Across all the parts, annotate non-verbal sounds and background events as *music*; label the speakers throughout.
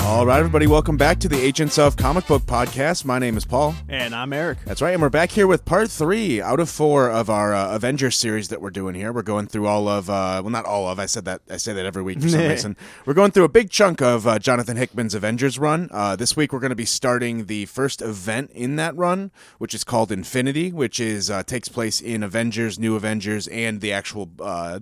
Speaker 1: All right, everybody, welcome back to the Agents of Comic Book podcast. My name is Paul.
Speaker 2: And I'm Eric. *laughs*
Speaker 1: That's right, and we're back here with part three out of four of our uh, Avengers series that we're doing here. We're going through all of, uh, well, not all of. I said that I say that every week for *laughs* some reason. We're going through a big chunk of uh, Jonathan Hickman's Avengers run. Uh, this week, we're going to be starting the first event in that run, which is called Infinity, which is uh, takes place in Avengers, New Avengers, and the actual. Uh,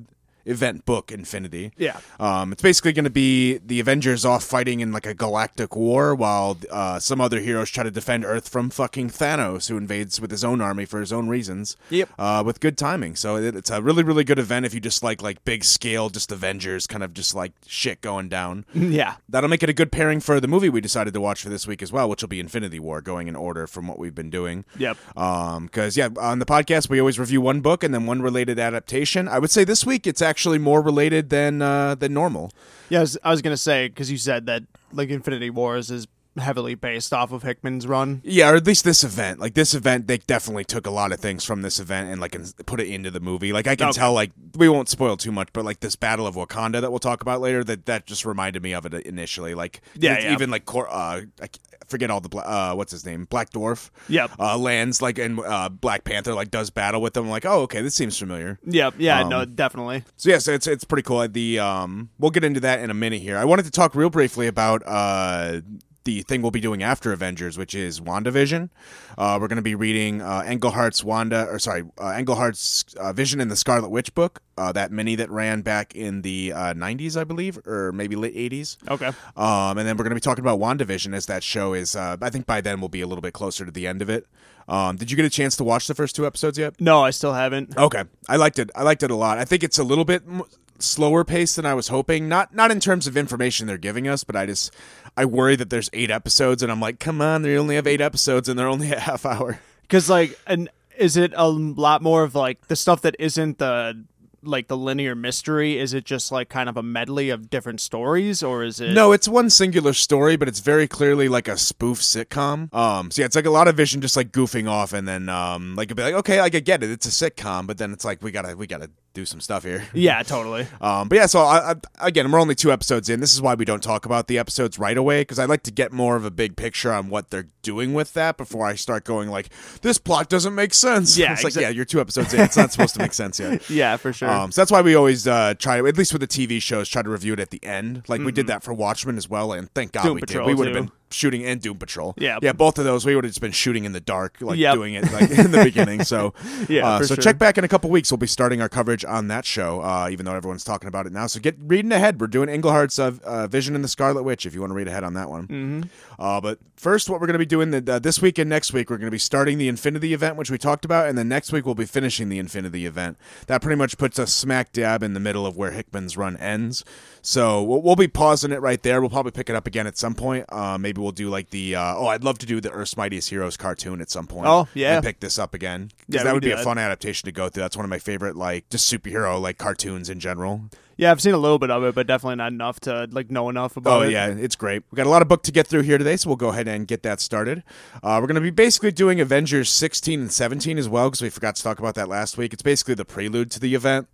Speaker 1: Event book Infinity.
Speaker 2: Yeah.
Speaker 1: Um, it's basically going to be the Avengers off fighting in like a galactic war while uh, some other heroes try to defend Earth from fucking Thanos, who invades with his own army for his own reasons.
Speaker 2: Yep.
Speaker 1: Uh, with good timing. So it, it's a really, really good event if you just like like big scale, just Avengers kind of just like shit going down.
Speaker 2: Yeah.
Speaker 1: That'll make it a good pairing for the movie we decided to watch for this week as well, which will be Infinity War, going in order from what we've been doing.
Speaker 2: Yep.
Speaker 1: Um, because yeah, on the podcast we always review one book and then one related adaptation. I would say this week it's actually more related than uh, than normal.
Speaker 2: Yeah, I was, I was gonna say because you said that like Infinity Wars is heavily based off of Hickman's run.
Speaker 1: Yeah, or at least this event. Like this event, they definitely took a lot of things from this event and like ins- put it into the movie. Like I can
Speaker 2: Okay.
Speaker 1: tell, like we won't spoil too much, but like this Battle of Wakanda that we'll talk about later, that that just reminded me of it initially. Like
Speaker 2: Yeah,
Speaker 1: it's
Speaker 2: yeah.
Speaker 1: even like cor- uh, I c- I forget all the bla- uh, what's his name, Black Dwarf.
Speaker 2: Yep.
Speaker 1: uh, lands like and uh, Black Panther like does battle with them. Like oh okay, this seems familiar.
Speaker 2: Yep. Yeah. no. Definitely.
Speaker 1: So yes, it's it's pretty cool. The um, we'll get into that in a minute here. I wanted to talk real briefly about uh. The thing we'll be doing after Avengers, which is WandaVision. Uh, we're going to be reading uh, Engelhart's Wanda, or sorry, uh, Engelhart's uh, Vision and the Scarlet Witch book, uh, that mini that ran back in the uh, 90s, I believe, or maybe late 80s.
Speaker 2: Okay.
Speaker 1: Um, and then we're going to be talking about WandaVision as that show is, uh, I think by then we'll be a little bit closer to the end of it. Um, did you get a chance to watch the first two episodes yet?
Speaker 2: No, I still haven't.
Speaker 1: Okay, I liked it. I liked it a lot. I think it's a little bit m- slower paced than I was hoping. Not not in terms of information they're giving us, but I just I worry that there's eight episodes, and I'm like, come on, they only have eight episodes, and they're only *laughs* a half hour.
Speaker 2: Because like, and is it a lot more of like the stuff that isn't the like the linear mystery? Is it just like kind of a medley of different stories, or is it?
Speaker 1: No, it's one singular story, but it's very clearly like a spoof sitcom. Um, so yeah, it's like a lot of Vision just like goofing off, and then um, like it'd be like, okay, like I get it, it's a sitcom, but then it's like we gotta we gotta do some stuff here.
Speaker 2: Yeah. Totally.
Speaker 1: Um, but yeah, so I, I, again, we're only two episodes in. This is why we don't talk about the episodes right away because I like to get more of a big picture on what they're doing with that before I start going like, this plot doesn't make sense.
Speaker 2: Yeah,
Speaker 1: *laughs* it's
Speaker 2: exa-
Speaker 1: like yeah, you're two episodes in. It's not supposed to make sense yet.
Speaker 2: *laughs* Yeah. For sure.
Speaker 1: Um, so that's why we always uh, try to, at least with the TV shows, try to review it at the end. Like we did that for Watchmen as well, and thank God
Speaker 2: Mm-hmm. Doom
Speaker 1: we
Speaker 2: Patrol,
Speaker 1: did. We would
Speaker 2: too.
Speaker 1: have been shooting and Doom Patrol.
Speaker 2: Yeah.
Speaker 1: yeah, both of those we would have just been shooting in the dark, like
Speaker 2: Yep.
Speaker 1: doing it like *laughs* in the beginning. So
Speaker 2: *laughs* Yeah,
Speaker 1: uh,
Speaker 2: for
Speaker 1: so
Speaker 2: sure.
Speaker 1: check back in a couple weeks. We'll be starting our coverage on that show, uh, even though everyone's talking about it now. So get reading ahead. We're doing Engelhart's uh, uh, Vision and the Scarlet Witch. If you want to read ahead on that one.
Speaker 2: Mm-hmm.
Speaker 1: Uh, but first, what we're going to be doing the, uh, this week and next week, we're going to be starting the Infinity event, which we talked about, and then next week we'll be finishing the Infinity event. That pretty much puts us smack dab in the middle of where Hickman's run ends. So we'll, we'll be pausing it right there. We'll probably pick it up again at some point. Uh, maybe we'll do like the uh, oh, I'd love to do the Earth's Mightiest Heroes cartoon at some point.
Speaker 2: Oh, yeah.
Speaker 1: and pick this up again 'Cause
Speaker 2: Yeah, we
Speaker 1: that would
Speaker 2: can
Speaker 1: be
Speaker 2: do
Speaker 1: a
Speaker 2: that.
Speaker 1: fun adaptation to go through. That's one of my favorite like just superhero like cartoons in general.
Speaker 2: yeah. I've seen a little bit of it, but definitely not enough to like know enough about
Speaker 1: Oh
Speaker 2: it.
Speaker 1: yeah, it's great. We got a lot of book to get through here today, so we'll go ahead and get that started. Uh, we're going to be basically doing Avengers 16 and 17 as well because we forgot to talk about that last week. It's basically the prelude to the event.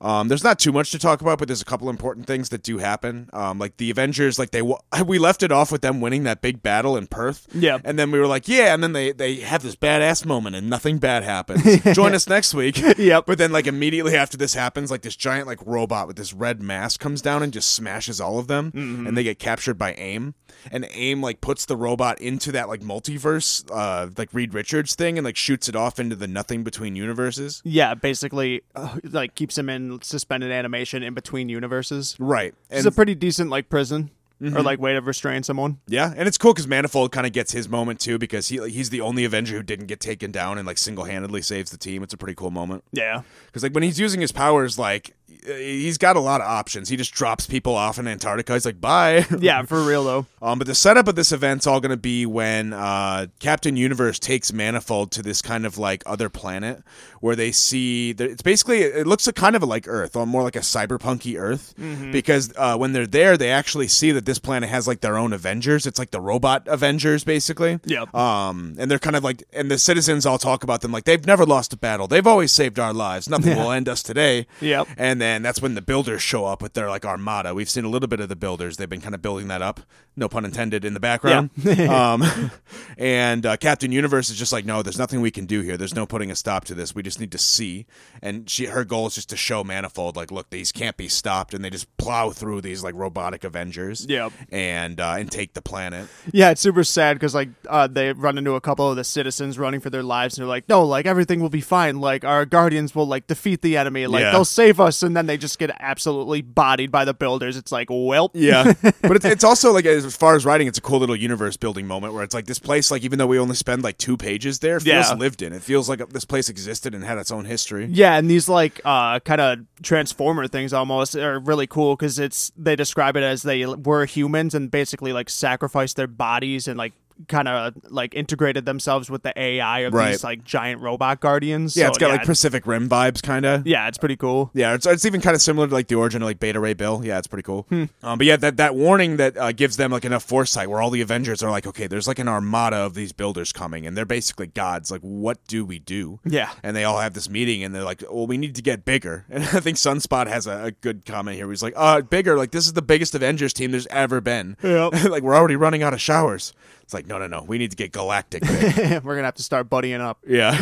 Speaker 1: Um, there's not too much to talk about, but there's a couple important things that do happen. Um, like the Avengers, like they wa- *laughs* we left it off with them winning that big battle in Perth.
Speaker 2: Yeah.
Speaker 1: and then we were like, yeah, and then they they have this badass moment and nothing bad happens. *laughs* Join us next week.
Speaker 2: Yep.
Speaker 1: But then, like immediately after this happens, like this giant like robot with this red mask comes down and just smashes all of them, and they get captured by AIM. And AIM like puts the robot into that like multiverse, uh, like Reed Richards thing, and like shoots it off into the nothing between universes.
Speaker 2: Yeah, basically, uh, like keeps him in suspended animation in between universes.
Speaker 1: Right.
Speaker 2: It's
Speaker 1: And Mm-hmm.
Speaker 2: a pretty decent like prison or like way to restrain someone.
Speaker 1: yeah, and it's cool because Manifold kind of gets his moment too because he he's the only Avenger who didn't get taken down and like single handedly saves the team. It's a pretty cool moment.
Speaker 2: Yeah,
Speaker 1: Because like when he's using his powers, like he's got a lot of options. He just drops people off in Antarctica. He's like, bye. *laughs*
Speaker 2: yeah, for real though.
Speaker 1: Um, but the setup of this event's all going to be when uh, Captain Universe takes Manifold to this kind of like other planet where they see that it's basically it looks a kind of like Earth, or more like a cyberpunky Earth,
Speaker 2: Mm-hmm.
Speaker 1: because uh, when they're there, they actually see that this planet has like their own Avengers. It's like the robot Avengers, basically.
Speaker 2: Yep.
Speaker 1: Um, and they're kind of like, and the
Speaker 2: *laughs*
Speaker 1: citizens all talk about them like they've never lost a battle. They've always saved our lives. Nothing will end us today.
Speaker 2: Yep.
Speaker 1: And then and that's when the builders show up with their like armada. We've seen a little bit of the builders; they've been kind of building that up, no pun intended, in the background. um, *laughs* and uh, Captain Universe is just like, no, there's nothing we can do here. There's no putting a stop to this. We just need to see. And she, her goal is just to show Manifold, like, look, these can't be stopped, and they just plow through these like robotic Avengers.
Speaker 2: Yep.
Speaker 1: and uh, and take the planet.
Speaker 2: Yeah, it's super sad because like uh, they run into a couple of the citizens running for their lives, and they're like, "No, like everything will be fine. Like our guardians will like defeat the enemy. Like
Speaker 1: Yeah.
Speaker 2: they'll save us." And then they just get absolutely bodied by the builders. It's like, "Welp." *laughs*
Speaker 1: Yeah, but it's, it's also like as far as writing, it's a cool little universe building moment where it's like this place, like even though we only spend like two pages there, feels
Speaker 2: Yeah.
Speaker 1: lived in. It feels like this place existed and had its own history.
Speaker 2: Yeah, and these like uh, kind of transformer things almost are really cool because it's they describe it as they were humans and basically like sacrificed their bodies and like kind of like integrated themselves with the AI of
Speaker 1: Right.
Speaker 2: these like giant robot guardians.
Speaker 1: Yeah,
Speaker 2: So,
Speaker 1: it's got
Speaker 2: yeah,
Speaker 1: like Pacific Rim vibes, kind of.
Speaker 2: yeah, it's pretty cool.
Speaker 1: *laughs*
Speaker 2: *laughs*
Speaker 1: Yeah, it's, it's even kind of similar to like the origin of like Beta Ray Bill. Yeah, it's pretty cool.
Speaker 2: Hmm.
Speaker 1: Um, but yeah, that, that warning that uh, gives them like enough foresight where all the Avengers are like, okay, there's like an armada of these builders coming, and they're basically gods. Like, what do we do?
Speaker 2: Yeah.
Speaker 1: And they all have this meeting, and they're like, well, we need to get bigger. *laughs* And I think Sunspot has a, a good comment here. He's like, uh, bigger. Like, this is the biggest Avengers team there's ever been.
Speaker 2: Yep.
Speaker 1: *laughs* like, we're already running out of showers. It's like, no, no, no. We need to get galactic. big."
Speaker 2: we're gonna have to start buddying up.
Speaker 1: Yeah.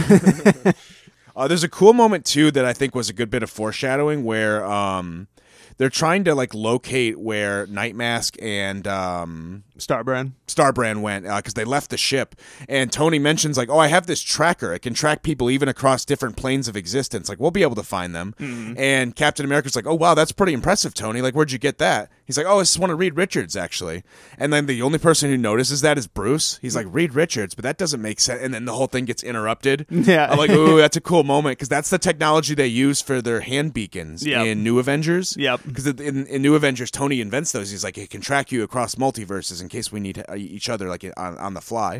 Speaker 1: *laughs* uh, there's a cool moment too that I think was a good bit of foreshadowing where um they're trying to like locate where Night Mask and um
Speaker 2: Starbrand.
Speaker 1: Starbrand went because they left the ship. And Tony mentions like, "Oh, I have this tracker. It can track people even across different planes of existence. Like, we'll be able to find them."
Speaker 2: Mm-hmm.
Speaker 1: And Captain America's like, "Oh, wow, that's pretty impressive, Tony. Like, where'd you get that?" He's like, "Oh, it's one of Reed Richards, actually." And then the only person who notices that is Bruce. He's like, "Reed Richards," but that doesn't make sense. And then the whole thing gets interrupted.
Speaker 2: *laughs* Yeah.
Speaker 1: I'm like, "Ooh, that's a cool moment," because that's the technology they use for their hand beacons
Speaker 2: Yep.
Speaker 1: in New Avengers.
Speaker 2: Yep.
Speaker 1: Because in, in New Avengers, Tony invents those. He's like, it can track you across multiverses in case we need uh, each other, like on, on the fly.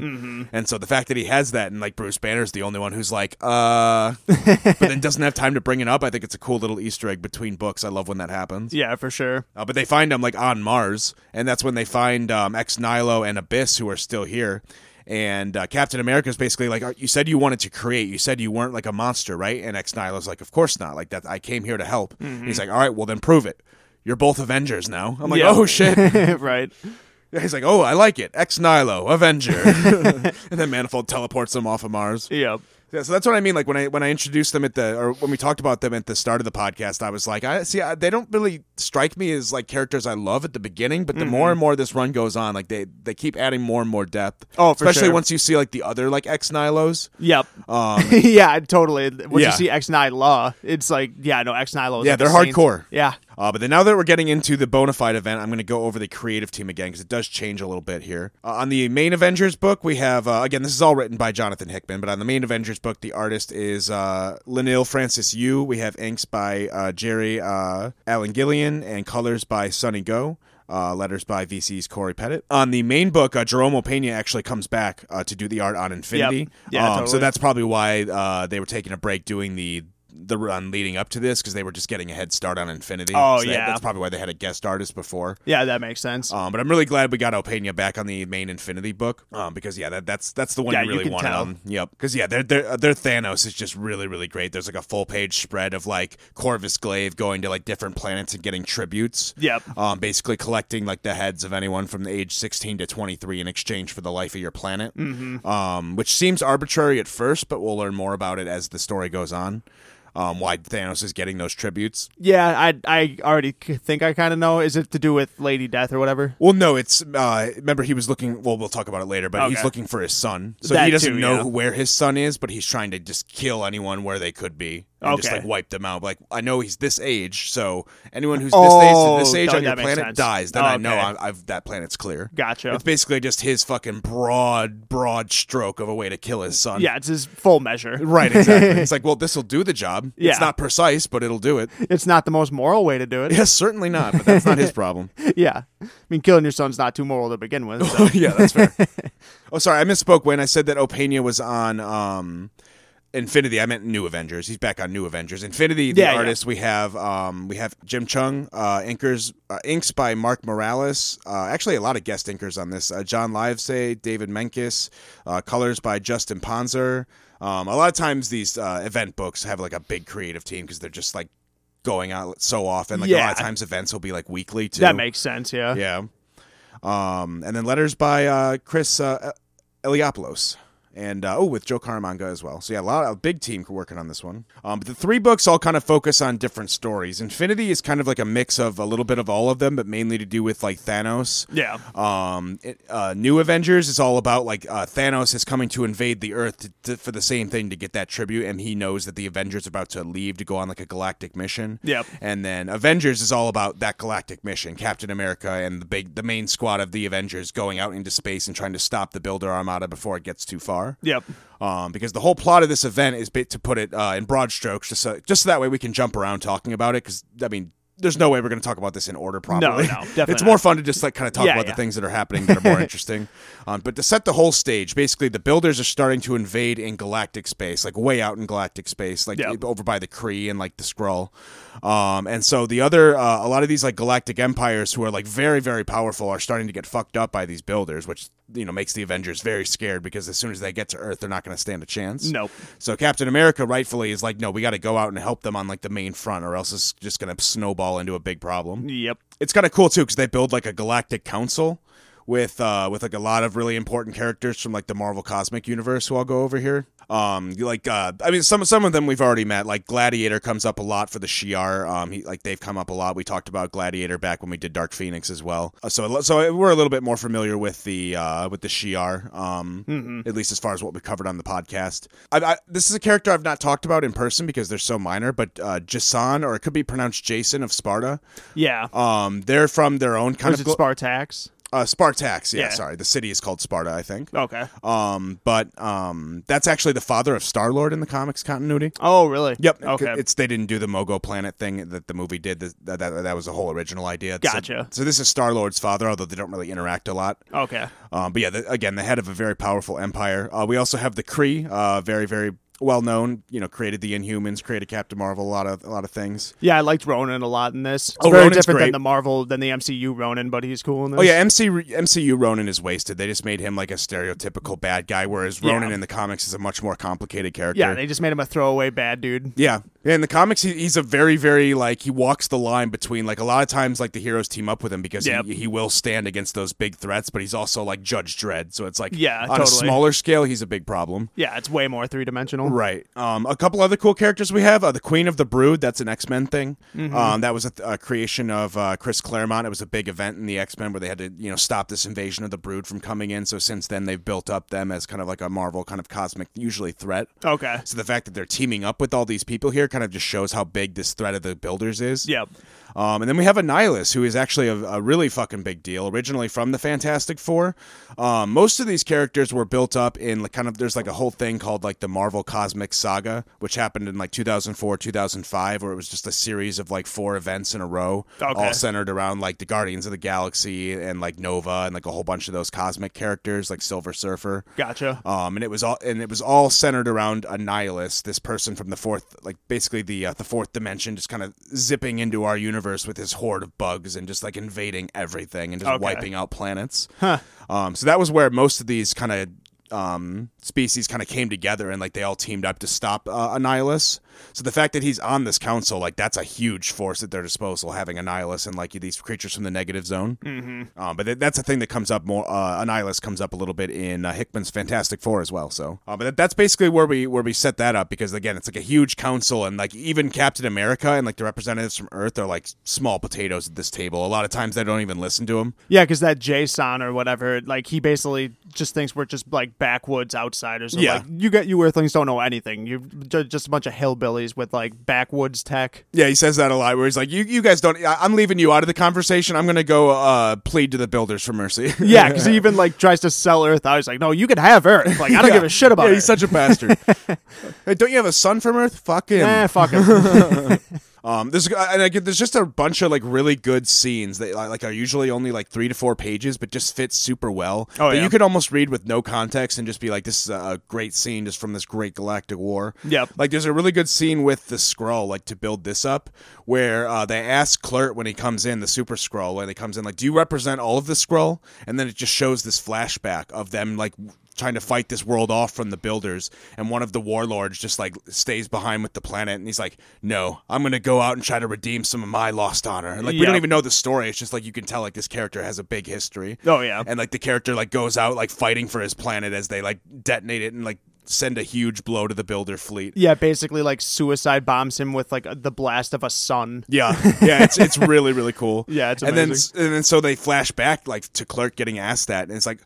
Speaker 1: And so the fact that he has that, and like Bruce Banner's the only one who's like, uh, but then doesn't have time to bring it up. I think it's a cool little Easter egg between books. I love when that happens.
Speaker 2: Yeah, for sure.
Speaker 1: Uh, but they find him like on Mars, and that's when they find um, Ex Nihilo and Abyss, who are still here. And uh, Captain America's basically like, "Uh, "You said you wanted to create. You said you weren't like a monster, right?" And Ex Nihilo's like, "Of course not. Like that, I came here to help." And He's like, "All right, well then prove it. You're both Avengers now." I'm like,
Speaker 2: Yeah.
Speaker 1: "Oh
Speaker 2: *laughs*
Speaker 1: shit." *laughs*
Speaker 2: right.
Speaker 1: He's like, "Oh, I like it. Ex Nihilo, Avenger." *laughs* and then Manifold teleports them off of Mars.
Speaker 2: Yep.
Speaker 1: Yeah, so that's what I mean. Like when I when I introduced them at the or when we talked about them at the start of the podcast, I was like, I see I, they don't really strike me as like characters I love at the beginning, but the
Speaker 2: Mm-hmm.
Speaker 1: more and more this run goes on, like they they keep adding more and more depth.
Speaker 2: Oh, for
Speaker 1: especially
Speaker 2: sure.
Speaker 1: once you see like the other like ex Nilos.
Speaker 2: Yep.
Speaker 1: Um,
Speaker 2: *laughs* yeah, totally. Once
Speaker 1: Yeah.
Speaker 2: you see X Nine Law, it's like, yeah, no, X Nine Law. is
Speaker 1: Yeah,
Speaker 2: like a
Speaker 1: they're
Speaker 2: saint.
Speaker 1: hardcore.
Speaker 2: Yeah.
Speaker 1: Uh, but then now that we're getting into the bona fide event, I'm going to go over the creative team again because it does change a little bit here. Uh, on the main Avengers book, we have, uh, again, this is all written by Jonathan Hickman, but on the main Avengers book, the artist is uh, Lanil Francis Yu. We have inks by uh, Jerry uh, Allen Gillian and colors by Sonny Go. Uh, letters by VC's Corey Pettit. On the main book, uh, Jerome Pena actually comes back uh, to do the art on Infinity.
Speaker 2: Yeah,
Speaker 1: um, So
Speaker 2: totally.
Speaker 1: that's probably why uh, they were taking a break doing the the run leading up to this because they were just getting a head start on Infinity.
Speaker 2: Oh,
Speaker 1: So that-
Speaker 2: yeah.
Speaker 1: that's probably why they had a guest artist before.
Speaker 2: Yeah, that makes sense.
Speaker 1: Um, but I'm really glad we got Opeña back on the main Infinity book um, because yeah, that, that's that's the one
Speaker 2: Yeah,
Speaker 1: you
Speaker 2: you
Speaker 1: really
Speaker 2: can
Speaker 1: wanted.
Speaker 2: tell.
Speaker 1: On. Yep, because yeah, their their their Thanos is just really really great. There's like a full page spread of like Corvus Glaive going to like different planets and getting tributes.
Speaker 2: Yep.
Speaker 1: Um, basically collecting like the heads of anyone from the age 16 to 23 in exchange for the life of your planet. Mm-hmm. Um, which seems arbitrary at first, but we'll learn more about it as the story goes on. Um, why Thanos is getting those tributes.
Speaker 2: yeah, I I already c- think I kind of know. Is it to do with Lady Death or whatever?
Speaker 1: Well, no, it's uh, remember he was looking. Well, we'll talk about it later, but he's
Speaker 2: Okay.
Speaker 1: looking for his son, so
Speaker 2: That
Speaker 1: he doesn't
Speaker 2: too,
Speaker 1: know
Speaker 2: yeah.
Speaker 1: where his son is, but he's trying to just kill anyone where they could be and just
Speaker 2: Okay.
Speaker 1: like wipe them out. Like I know he's this age, so anyone who's
Speaker 2: Oh,
Speaker 1: this age, this age
Speaker 2: that-
Speaker 1: on your
Speaker 2: that makes
Speaker 1: planet
Speaker 2: sense.
Speaker 1: dies. Then I know
Speaker 2: Okay.
Speaker 1: I, I've that planet's clear.
Speaker 2: Gotcha.
Speaker 1: It's basically just his fucking broad, broad stroke of a way to kill his son.
Speaker 2: yeah, it's his full measure.
Speaker 1: Right,
Speaker 2: *laughs*
Speaker 1: exactly. it's like, well, this will do the job.
Speaker 2: Yeah.
Speaker 1: It's not precise, but it'll do it. *laughs*
Speaker 2: It's not the most moral way to do *laughs* it.
Speaker 1: Yes, certainly not, but that's not
Speaker 2: *laughs*
Speaker 1: his problem.
Speaker 2: yeah, I mean, killing your son's not too moral to begin with. *laughs* so-
Speaker 1: yeah, that's fair. oh, sorry, I misspoke when I said that Opeña was on um, Infinity. I meant New Avengers. He's back on New Avengers. Infinity, the
Speaker 2: Yeah, yeah.
Speaker 1: artist we have, um, we have Jim Chung, uh, inkers, uh, inks by Mark Morales. Uh, actually, a lot of guest inkers on this. Uh, John Livesay, David Menkes, uh, colors by Justin Ponzer. Um, a lot of times these uh, event books have like a big creative team because they're just like going out so often. Like a lot
Speaker 2: Yeah.
Speaker 1: of times, events will be like weekly too.
Speaker 2: That makes sense. Yeah.
Speaker 1: yeah. Um, and then letters by uh, Chris uh, Eliopoulos. And uh, oh, with Joe Caramanga as well. So yeah, a lot of a big team working on this one. Um, but the three books all kind of focus on different stories. Infinity is kind of like a mix of a little bit of all of them, but mainly to do with like Thanos.
Speaker 2: Yeah.
Speaker 1: Um, it- uh, New Avengers is all about like uh, Thanos is coming to invade the Earth to, to, for the same thing to get that tribute, and he knows that the Avengers are about to leave to go on like a galactic mission.
Speaker 2: Yep.
Speaker 1: And then Avengers is all about that galactic mission, Captain America and the big the main squad of the Avengers going out into space and trying to stop the Builder Armada before it gets too far.
Speaker 2: Yep.
Speaker 1: Um, because the whole plot of this event is bit to put it uh, in broad strokes, just so, just so that way we can jump around talking about it. Because I mean, there's no way we're going to talk about this in order properly.
Speaker 2: no,
Speaker 1: *laughs*
Speaker 2: definitely
Speaker 1: it's
Speaker 2: not.
Speaker 1: more fun to just like kind of talk
Speaker 2: Yeah,
Speaker 1: about the
Speaker 2: yeah.
Speaker 1: things that are happening that are more interesting. Um, but to set the whole stage, basically, the builders are starting to invade in galactic space, like way out in galactic space, like
Speaker 2: Yep.
Speaker 1: over by the Kree and like the Skrull. Um, and so the other, uh, a lot of these like galactic empires who are like very, very powerful are starting to get fucked up by these builders, which you know makes the Avengers very scared because as soon as they get to Earth, they're not going to stand a chance.
Speaker 2: Nope.
Speaker 1: So Captain America rightfully is like, no, we got to go out and help them on like the main front, or else it's just going to snowball into a big problem
Speaker 2: Yep.
Speaker 1: it's kind of cool too because they build like a galactic council with uh with like a lot of really important characters from like the Marvel cosmic universe who I'll go over here. Um, you like uh, I mean some some of them we've already met. Like Gladiator comes up a lot for the Shi'ar. Um, he, like they've come up a lot. We talked about Gladiator back when we did Dark Phoenix as well. Uh, So so we're a little bit more familiar with the uh with the Shi'ar. Um, at least as far as what we covered on the podcast. I, I, this is a character I've not talked about in person because they're so minor. But uh, Jason, or it could be pronounced Jason of Sparta.
Speaker 2: Yeah.
Speaker 1: Um, they're from their own kind
Speaker 2: Was
Speaker 1: of
Speaker 2: it
Speaker 1: glo-
Speaker 2: Spartax?
Speaker 1: uh, Spartax. Yeah,
Speaker 2: Yeah.
Speaker 1: sorry, the city is called Sparta, I think.
Speaker 2: Okay.
Speaker 1: Um, but um, that's actually the father of Star Lord in the comics continuity.
Speaker 2: Oh, really?
Speaker 1: Yep.
Speaker 2: Okay.
Speaker 1: It's they didn't do the Mogo Planet thing that the movie did. That that, that, that was the whole original idea. So-
Speaker 2: Gotcha.
Speaker 1: So, this is Star Lord's father, although they don't really interact a lot.
Speaker 2: okay.
Speaker 1: Um, but yeah, the, again, the head of a very powerful empire. Uh, we also have the Kree, uh, very very well known. You know, created the Inhumans, created Captain Marvel, a lot of a lot of things.
Speaker 2: Yeah, I liked Ronan a lot in this. It's
Speaker 1: Oh,
Speaker 2: very
Speaker 1: Ronan's
Speaker 2: different
Speaker 1: great.
Speaker 2: than the Marvel than the MCU Ronan, but he's cool in this.
Speaker 1: Oh yeah, MC, re- MCU Ronan is wasted. They just made him like a stereotypical bad guy, whereas
Speaker 2: Yeah.
Speaker 1: Ronan in the comics is a much more complicated character.
Speaker 2: Yeah, they just made him a throwaway bad dude.
Speaker 1: yeah. In the comics, he, he's a very, very like he walks the line between like a lot of times like the heroes team up with him because
Speaker 2: Yep.
Speaker 1: he, he will stand against those big threats, but he's also like Judge Dredd, so it's like
Speaker 2: Yeah,
Speaker 1: on a
Speaker 2: totally.
Speaker 1: smaller scale, he's a big problem.
Speaker 2: Yeah, it's way more three dimensional.
Speaker 1: Right. Um, a couple other cool characters we have. Uh, the Queen of the Brood. That's an X Men thing. Um, that was a, th- a creation of uh, Chris Claremont. It was a big event in the X Men where they had to, you know, stop this invasion of the Brood from coming in. So since then, they've built up them as kind of like a Marvel kind of cosmic, usually threat.
Speaker 2: Okay.
Speaker 1: So the fact that they're teaming up with all these people here kind of just shows how big this threat of the Builders is.
Speaker 2: Yep.
Speaker 1: Um, and then we have Annihilus, who is actually a, a really fucking big deal, originally from the Fantastic Four. Um, most of these characters were built up in like kind of, there's like a whole thing called like the Marvel Cosmic Saga, which happened in like 2004, 2005, where it was just a series of like four events in a row,
Speaker 2: Okay.
Speaker 1: all centered around like the Guardians of the Galaxy and like Nova and like a whole bunch of those cosmic characters, like Silver Surfer.
Speaker 2: Gotcha.
Speaker 1: Um, and it was all and it was all centered around Annihilus, this person from the fourth, like basically the uh, the fourth dimension, just kind of zipping into our universe with his horde of bugs and just like invading everything and just
Speaker 2: Okay.
Speaker 1: wiping out planets.
Speaker 2: Huh.
Speaker 1: Um, so that was where most of these kind of um, species kind of came together and like they all teamed up to stop uh, Annihilus. So the fact that he's on this council, like that's a huge force at their disposal, having Annihilus and like these creatures from the negative zone.
Speaker 2: Hmm.
Speaker 1: Mm-hmm. Um, but th- that's a thing that comes up more. Uh, Annihilus comes up a little bit in uh, Hickman's Fantastic Four as well. So, uh, but that, that's basically where we where we set that up because again, it's like a huge council and like even Captain America and like the representatives from Earth are like small potatoes at this table. A lot of times they don't even listen to him.
Speaker 2: Yeah, because that Jason or whatever, like he basically just thinks we're just like backwoods outsiders. Of,
Speaker 1: Yeah.
Speaker 2: like, you get you Earthlings don't know anything. You're ju- just a bunch of hillbillies with like backwoods tech.
Speaker 1: Yeah, he says that a lot. Where he's like, "You, you guys don't. I, I'm leaving you out of the conversation. I'm gonna go uh, plead to the builders for mercy."
Speaker 2: Yeah, because he even like tries to sell Earth. I was like, no, you can have Earth. Like I
Speaker 1: *laughs*
Speaker 2: don't
Speaker 1: Yeah.
Speaker 2: give a shit about
Speaker 1: Yeah,
Speaker 2: it.
Speaker 1: he's such a
Speaker 2: *laughs*
Speaker 1: bastard. hey, don't you have a son from Earth? Fuck him. *laughs*
Speaker 2: Eh, fuck him.
Speaker 1: Um, there's and I get there's just a bunch of like really good scenes that like are usually only like three to four pages, but just fit super well.
Speaker 2: Oh,
Speaker 1: that
Speaker 2: yeah.
Speaker 1: you could almost read with no context and just be like, this is a great scene just from this great galactic war.
Speaker 2: Yep.
Speaker 1: Like there's a really good scene with the scroll, like to build this up, where uh, they ask Clert when he comes in, the super scroll, when he comes in, like, do you represent all of the scroll? And then it just shows this flashback of them like trying to fight this world off from the builders, and one of the warlords just like stays behind with the planet, and he's like, "No, I'm gonna go out and try to redeem some of my lost honor." And like we
Speaker 2: Yeah.
Speaker 1: don't even know the story; it's just like you can tell like this character has a big history.
Speaker 2: Oh, yeah.
Speaker 1: and like the character like goes out like fighting for his planet as they like detonate it and like send a huge blow to the builder fleet.
Speaker 2: Yeah, basically like suicide bombs him with like the blast of a sun.
Speaker 1: Yeah,
Speaker 2: *laughs*
Speaker 1: yeah, it's it's really really cool.
Speaker 2: Yeah, it's
Speaker 1: and
Speaker 2: amazing.
Speaker 1: then and then so they flash back like to Clerk getting asked that, and it's like,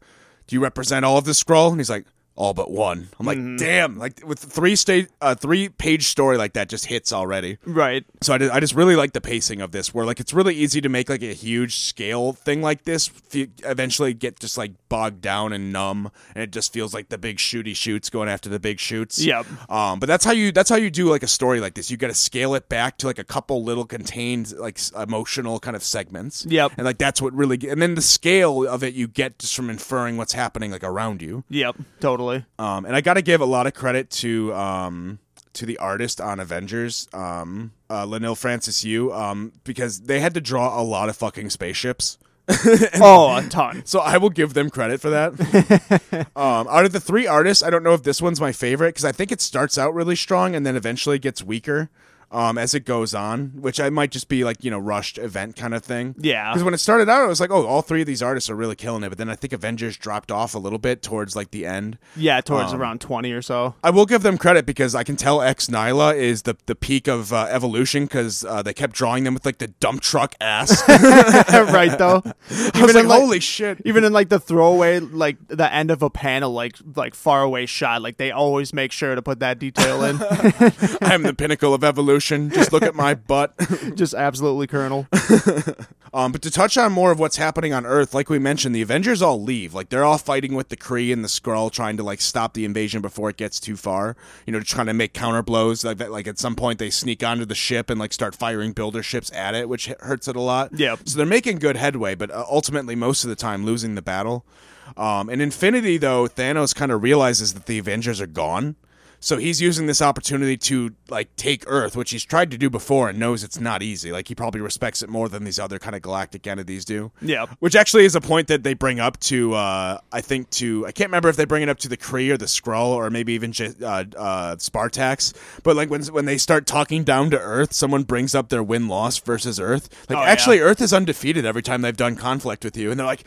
Speaker 1: "Do you represent all of the scroll?" And he's like, "All but one." I'm like,
Speaker 2: Mm-hmm.
Speaker 1: "Damn!" Like with three state, uh, three page story like that just hits already.
Speaker 2: Right.
Speaker 1: So I, did, I just really like the pacing of this, where like it's really easy to make like a huge scale thing like this. F- eventually, get just like bogged down and numb, and it just feels like the big shooty shoots going after the big shoots.
Speaker 2: Yep.
Speaker 1: Um, but that's how you that's how you do like a story like this. You got to scale it back to like a couple little contained like s- emotional kind of segments.
Speaker 2: Yep.
Speaker 1: And like that's what really, and then the scale of it you get just from inferring what's happening like around you.
Speaker 2: Yep. Totally.
Speaker 1: Um, and I got to give a lot of credit to um, to the artist on Avengers, um, uh, Lanil Francis Yu, um, because they had to draw a lot of fucking spaceships.
Speaker 2: Oh, a ton.
Speaker 1: So I will give them credit for that. um, out of the three artists, I don't know if this one's my favorite because I think it starts out really strong and then eventually gets weaker um, as it goes on, which I might just be like you know rushed event kind of thing.
Speaker 2: Yeah.
Speaker 1: Because when it started out, I was like, oh, all three of these artists are really killing it. But then I think Avengers dropped off a little bit towards like the end.
Speaker 2: Yeah, towards around twenty or so.
Speaker 1: I will give them credit because I can tell Ex Nyla is the, the peak of uh, evolution because uh, they kept drawing them with like the dump truck ass. I
Speaker 2: *laughs* right
Speaker 1: *laughs*
Speaker 2: though.
Speaker 1: was like,
Speaker 2: in,
Speaker 1: holy shit.
Speaker 2: even in like the throwaway like the end of a panel like like far away shot like they always make sure to put that detail
Speaker 1: *laughs*
Speaker 2: in *laughs*
Speaker 1: I'm the pinnacle of evolution. Just look at my butt.
Speaker 2: just
Speaker 1: *laughs*
Speaker 2: absolutely colonel
Speaker 1: Um, but to touch on more of what's happening on Earth, like we mentioned, the Avengers all leave. Like they're all fighting with the Kree and the Skrull, trying to like stop the invasion before it gets too far. You know, trying to make counter blows. Like that, like at some point they sneak onto the ship and like start firing builder ships at it, which h- hurts it a lot.
Speaker 2: Yep.
Speaker 1: So they're making good headway, but uh, ultimately most of the time losing the battle. Um, in Infinity, though, Thanos kind of realizes that the Avengers are gone. So he's using this opportunity to like take Earth, which he's tried to do before and knows it's not easy. Like he probably respects it more than these other kind of galactic entities do.
Speaker 2: Yep.
Speaker 1: Which actually is a point that they bring up to uh, I think to I can't remember if they bring it up to the Kree or the Skrull or maybe even just, uh, uh, Spartax. But like when when they start talking down to Earth, someone brings up their win loss versus Earth. Like
Speaker 2: Oh, yeah.
Speaker 1: actually, Earth is undefeated every time they've done conflict with you, and they're like.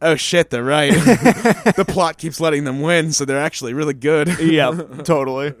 Speaker 1: Oh shit, they're right. *laughs* the plot keeps letting them win, so they're actually really good.
Speaker 2: yep totally *laughs*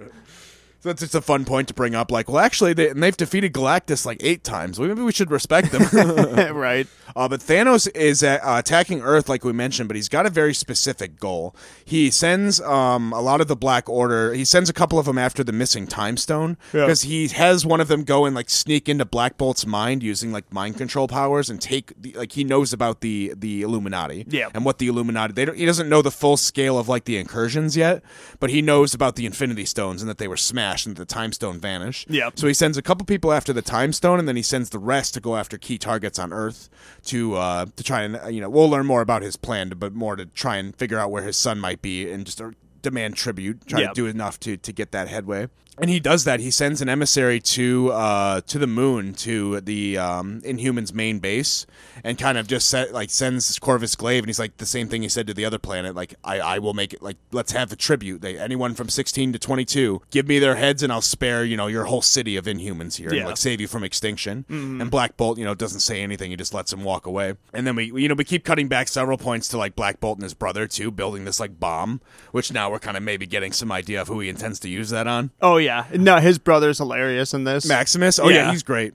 Speaker 1: So that's just a fun point to bring up. Like, well, actually, they, and they've defeated Galactus like eight times. Well, maybe we should respect them.
Speaker 2: right
Speaker 1: uh, but Thanos is uh, attacking Earth, like we mentioned, but he's got a very specific goal. He sends um, a lot of the Black Order. He sends a couple of them after the missing Time Stone
Speaker 2: Yeah.
Speaker 1: because he has one of them go and like sneak into Black Bolt's mind using like mind control powers and take the, like he knows about the the Illuminati.
Speaker 2: Yeah.
Speaker 1: and what the Illuminati. They don't, he doesn't know the full scale of like the incursions yet, but he knows about the Infinity Stones and that they were smashed and the Time Stone vanished.
Speaker 2: Yep.
Speaker 1: So he sends a couple people after the Time Stone, and then he sends the rest to go after key targets on Earth to uh, to try and uh, you know we'll learn more about his plan, but more to try and figure out where his son might be and just. Uh, demand tribute try
Speaker 2: Yep.
Speaker 1: to do enough to to get that headway and he does that he sends an emissary to uh to the moon to the um inhumans main base and kind of just set, like sends corvus glaive and he's like the same thing he said to the other planet like i i will make it like let's have a tribute they anyone from 16 to 22 give me their heads and i'll spare you know your whole city of inhumans here and
Speaker 2: Yeah.
Speaker 1: like save you from extinction
Speaker 2: Mm-hmm.
Speaker 1: and black bolt you know doesn't say anything he just lets him walk away and then we we, you know we keep cutting back several points to like black bolt and his brother too building this like bomb which now we're kind of maybe getting some idea of who he intends to use that on
Speaker 2: oh yeah no his brother's hilarious in this
Speaker 1: Maximus. Oh yeah,
Speaker 2: Yeah.
Speaker 1: he's great.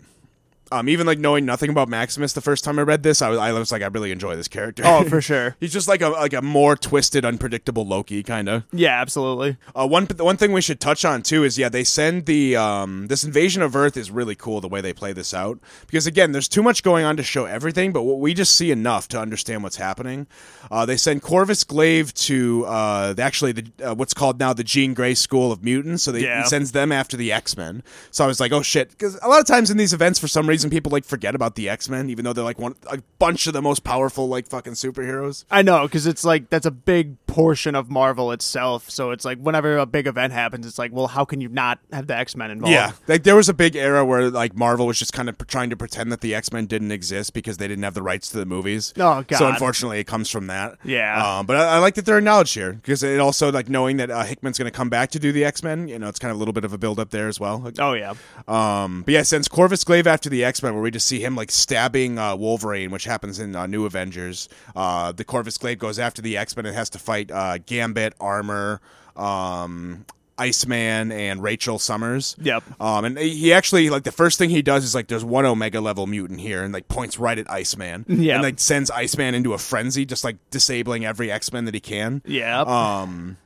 Speaker 1: Um, even like knowing nothing about Maximus the first time I read this, I was, I was like, I really enjoy this character.
Speaker 2: oh for sure
Speaker 1: *laughs* he's just like a like a more twisted, unpredictable Loki kind of.
Speaker 2: yeah absolutely
Speaker 1: Uh, one the one thing we should touch on too is yeah, they send the um this invasion of Earth is really cool the way they play this out because again, there's too much going on to show everything, but what we just see enough to understand what's happening. Uh, they send Corvus Glaive to uh actually the uh, what's called now the Jean Grey School of Mutants, so they he
Speaker 2: Yeah.
Speaker 1: sends them after the X Men. So I was like, oh shit, because a lot of times in these events, for some reason, reason people like forget about the X Men, even though they're like one a bunch of the most powerful like fucking superheroes.
Speaker 2: I know because it's like that's a big portion of Marvel itself. So it's like whenever a big event happens, it's like, well, how can you not have the X Men involved?
Speaker 1: Yeah, like there was a big era where like Marvel was just kind of trying to pretend that the X Men didn't exist because they didn't have the rights to the movies.
Speaker 2: Oh, God.
Speaker 1: So unfortunately, it comes from that.
Speaker 2: Yeah.
Speaker 1: Um, but I, I like that they're acknowledged here because it also like knowing that uh, Hickman's going to come back to do the X Men. You know, it's kind of a little bit of a build up there as well.
Speaker 2: Oh yeah.
Speaker 1: Um, but yeah, since Corvus Glaive after the X Men, where we just see him like stabbing uh, Wolverine, which happens in uh, New Avengers, uh, the Corvus Glaive goes after the X Men and has to fight uh, Gambit, Armor, um, Iceman, and Rachel Summers.
Speaker 2: Yep.
Speaker 1: Um, and he actually like the first thing he does is like there's one Omega level mutant here, and like points right at Iceman.
Speaker 2: Yep.
Speaker 1: And like sends Iceman into a frenzy, just like disabling every X Men that he can
Speaker 2: Yeah.
Speaker 1: um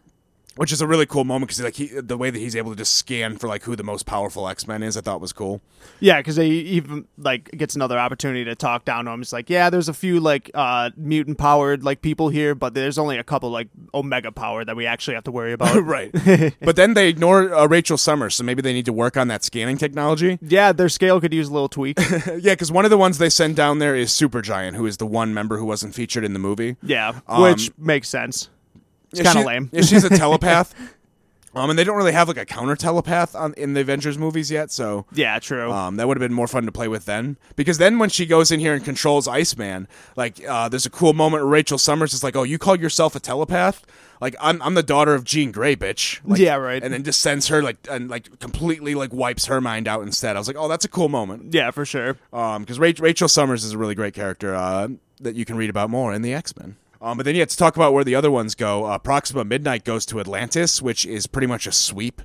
Speaker 1: which is a really cool moment because like he, the way that he's able to just scan for like who the most powerful X Men is, I thought was cool.
Speaker 2: Yeah, because they even like gets another opportunity to talk down to him. It's like, yeah, there's a few like uh, mutant powered like people here, but there's only a couple like omega powered that we actually have to worry about.
Speaker 1: *laughs* right. but then they ignore uh, Rachel Summers, so maybe they need to work on that scanning technology.
Speaker 2: yeah, their scale could use a
Speaker 1: *laughs*
Speaker 2: little tweak.
Speaker 1: yeah, because one of the ones they send down there is Supergiant, who is the one member who wasn't featured in the movie.
Speaker 2: yeah,
Speaker 1: Um,
Speaker 2: which makes sense. It's
Speaker 1: Yeah,
Speaker 2: kind of
Speaker 1: she-
Speaker 2: lame.
Speaker 1: yeah,
Speaker 2: *laughs*
Speaker 1: she's a telepath. Um, and they don't really have like a counter telepath on in the Avengers movies yet, so
Speaker 2: Yeah, true.
Speaker 1: Um, that would have been more fun to play with then. Because then when she goes in here and controls Iceman, like uh, there's a cool moment where Rachel Summers is like, Oh, you call yourself a telepath? Like I'm I'm the daughter of Jean Grey, bitch. Like,
Speaker 2: Yeah, right.
Speaker 1: And then just sends her like and like completely like wipes her mind out instead. I was like, Oh, that's a cool moment.
Speaker 2: yeah, for sure.
Speaker 1: Um because Ra- Rachel Summers is a really great character, uh, that you can read about more in the X Men. Um, but then you have to talk about where the other ones go. Uh, Proxima Midnight goes to Atlantis, which is pretty much a sweep.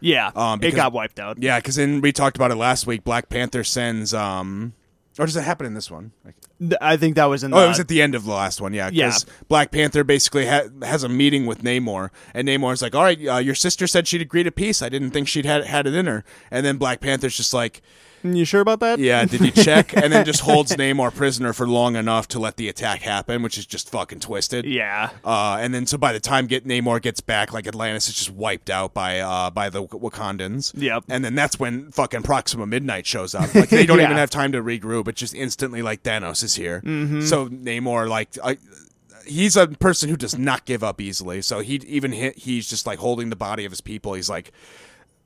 Speaker 2: Yeah,
Speaker 1: um, because-
Speaker 2: it got wiped out.
Speaker 1: Yeah, because then we talked about it last week. Black Panther sends, um, or does it happen in this one? Like-
Speaker 2: Th- I think that was in. The,
Speaker 1: Oh, it was at the end of the last one. Yeah,
Speaker 2: Uh, Yeah.
Speaker 1: because Black Panther basically ha- has a meeting with Namor, and Namor's like, "All right, uh, your sister said she'd agree to peace. I didn't think she'd had had it in her." And then Black Panther's just like,
Speaker 2: you sure about
Speaker 1: *laughs*
Speaker 2: that?
Speaker 1: "Yeah, did you check?" and then just holds Namor prisoner for long enough to let the attack happen, which is just fucking twisted.
Speaker 2: Yeah.
Speaker 1: Uh, and then so by the time get Namor gets back, like Atlantis is just wiped out by uh by the Wak- Wakandans.
Speaker 2: Yep.
Speaker 1: And then that's when fucking Proxima Midnight shows up. Like
Speaker 2: *laughs*
Speaker 1: they don't
Speaker 2: Yeah.
Speaker 1: even have time to regroup. It's just instantly like Thanos is here.
Speaker 2: Mm-hmm.
Speaker 1: So Namor like. I, He's a person who does not give up easily. So he even he, he's just like holding the body of his people. He's like,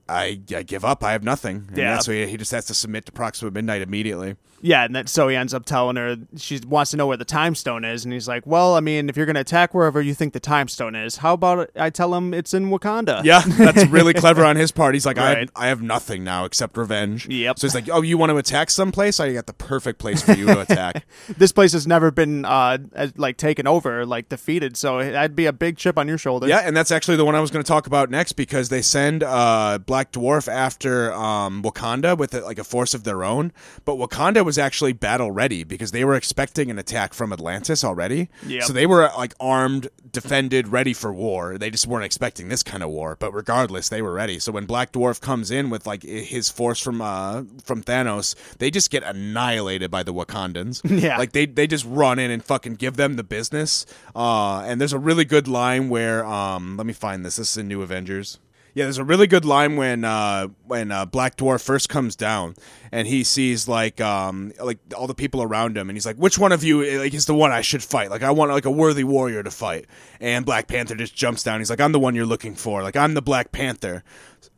Speaker 1: I, I give up. I have nothing. And
Speaker 2: Yeah.
Speaker 1: That's why he just has to submit to Proxima Midnight immediately.
Speaker 2: Yeah, and that so he ends up telling her she wants to know where the time stone is, and he's like, "Well, I mean, if you're gonna attack wherever you think the time stone is, how about I tell him it's in *laughs* Wakanda?"
Speaker 1: Yeah, *laughs* that's really clever on his part. He's like, I, have,
Speaker 2: Right.
Speaker 1: I have nothing now except revenge.
Speaker 2: Yep.
Speaker 1: So he's like, oh, you want to attack someplace? I got the perfect place for
Speaker 2: *laughs*
Speaker 1: you to attack.
Speaker 2: this place has never been uh as- like taken over, like defeated. So that'd be a big chip on your shoulder.
Speaker 1: yeah, and that's actually the one I was going to talk about next because they send uh, Black Dwarf after um, Wakanda with like a force of their own. But Wakanda was actually battle ready because they were expecting an attack from Atlantis already.
Speaker 2: Yep.
Speaker 1: So they were like armed, defended, ready for war. They just weren't expecting this kind of war. But regardless, they were ready. So when Black Dwarf comes in with like i- his force from uh, from Thanos, they just get annihilated by the Wakandans.
Speaker 2: *laughs* Yeah.
Speaker 1: like they they just run in and fucking give them the business. Uh, and there's a really good line where um, let me find this. This is in New Avengers. Yeah, there's a really good line when uh, when uh, Black Dwarf first comes down and he sees like um, like all the people around him and he's like, which one of you like is the one I should fight? Like I want like a worthy warrior to fight. And Black Panther just jumps down. He's like, I'm the one you're looking for. Like I'm the Black Panther.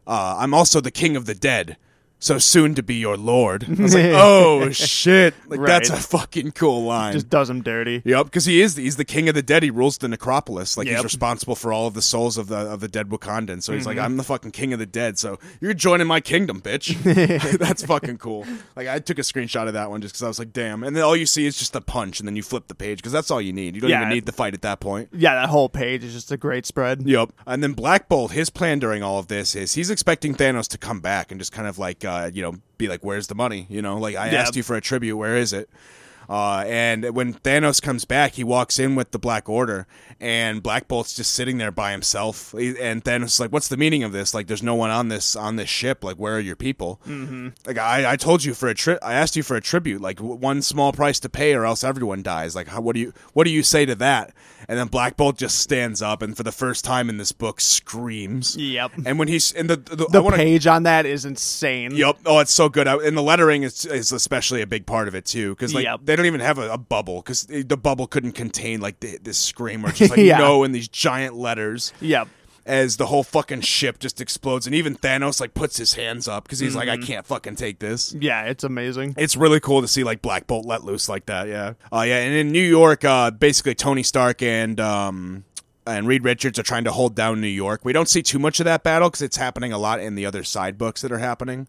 Speaker 1: Uh, I'm also the king of the dead. So soon to be your lord. I was like, oh shit! Like that's a
Speaker 2: Right.
Speaker 1: fucking cool line.
Speaker 2: just does him dirty.
Speaker 1: Yep, because he is he's the king of the dead. He rules the necropolis. Like he's
Speaker 2: Yep. Mm-hmm.
Speaker 1: responsible for all of the souls of the of the dead Wakandan. So he's like, I'm the fucking king of the dead. So you're joining my kingdom,
Speaker 2: *laughs*
Speaker 1: bitch. *laughs* That's fucking cool. Like I took a screenshot of that one just because I was like, damn. And then all you see is just the punch, and then you flip the page because that's all you need. You don't
Speaker 2: Yeah.
Speaker 1: even need the fight at that point.
Speaker 2: Yeah, that whole page is just a great spread.
Speaker 1: Yep. And then Black Bolt, his plan during all of this is he's expecting Thanos to come back and just kind of like, uh, you know, be like, where's the money? You know, like, I
Speaker 2: Yeah.
Speaker 1: asked you for a tribute. Where is it? Uh, and when Thanos comes back, he walks in with the Black Order, and Black Bolt's just sitting there by himself. He- And Thanos is like, "What's the meaning of this? Like, there's no one on this on this ship. Like, where are your people? Mm-hmm. Like, I, I told you for a trip. I asked you for a tribute. Like, w- one small price to pay, or else everyone dies. Like, how, what do you what do you say to that?" And then Black Bolt just stands up, and for the first time in this book, screams.
Speaker 2: Yep.
Speaker 1: And when he's in the the, I
Speaker 2: The
Speaker 1: wanna,
Speaker 2: page on that is insane.
Speaker 1: Yep. Oh, it's so good. I, and the lettering is is especially a big part of it too, because like
Speaker 2: Yep.
Speaker 1: they don't even have a, a bubble, because the bubble couldn't contain like the, this scream or just like
Speaker 2: Yeah.
Speaker 1: no in these giant letters.
Speaker 2: Yep.
Speaker 1: As the whole fucking ship just explodes, and even Thanos like puts his hands up because he's like, I can't fucking take this
Speaker 2: Yeah, it's amazing.
Speaker 1: it's really cool to see like Black Bolt let loose like that. Yeah. Uh, yeah. And in New York, uh, basically Tony Stark and um, and Reed Richards are trying to hold down New York. We don't see too much of that battle because it's happening a lot in the other side books that are happening.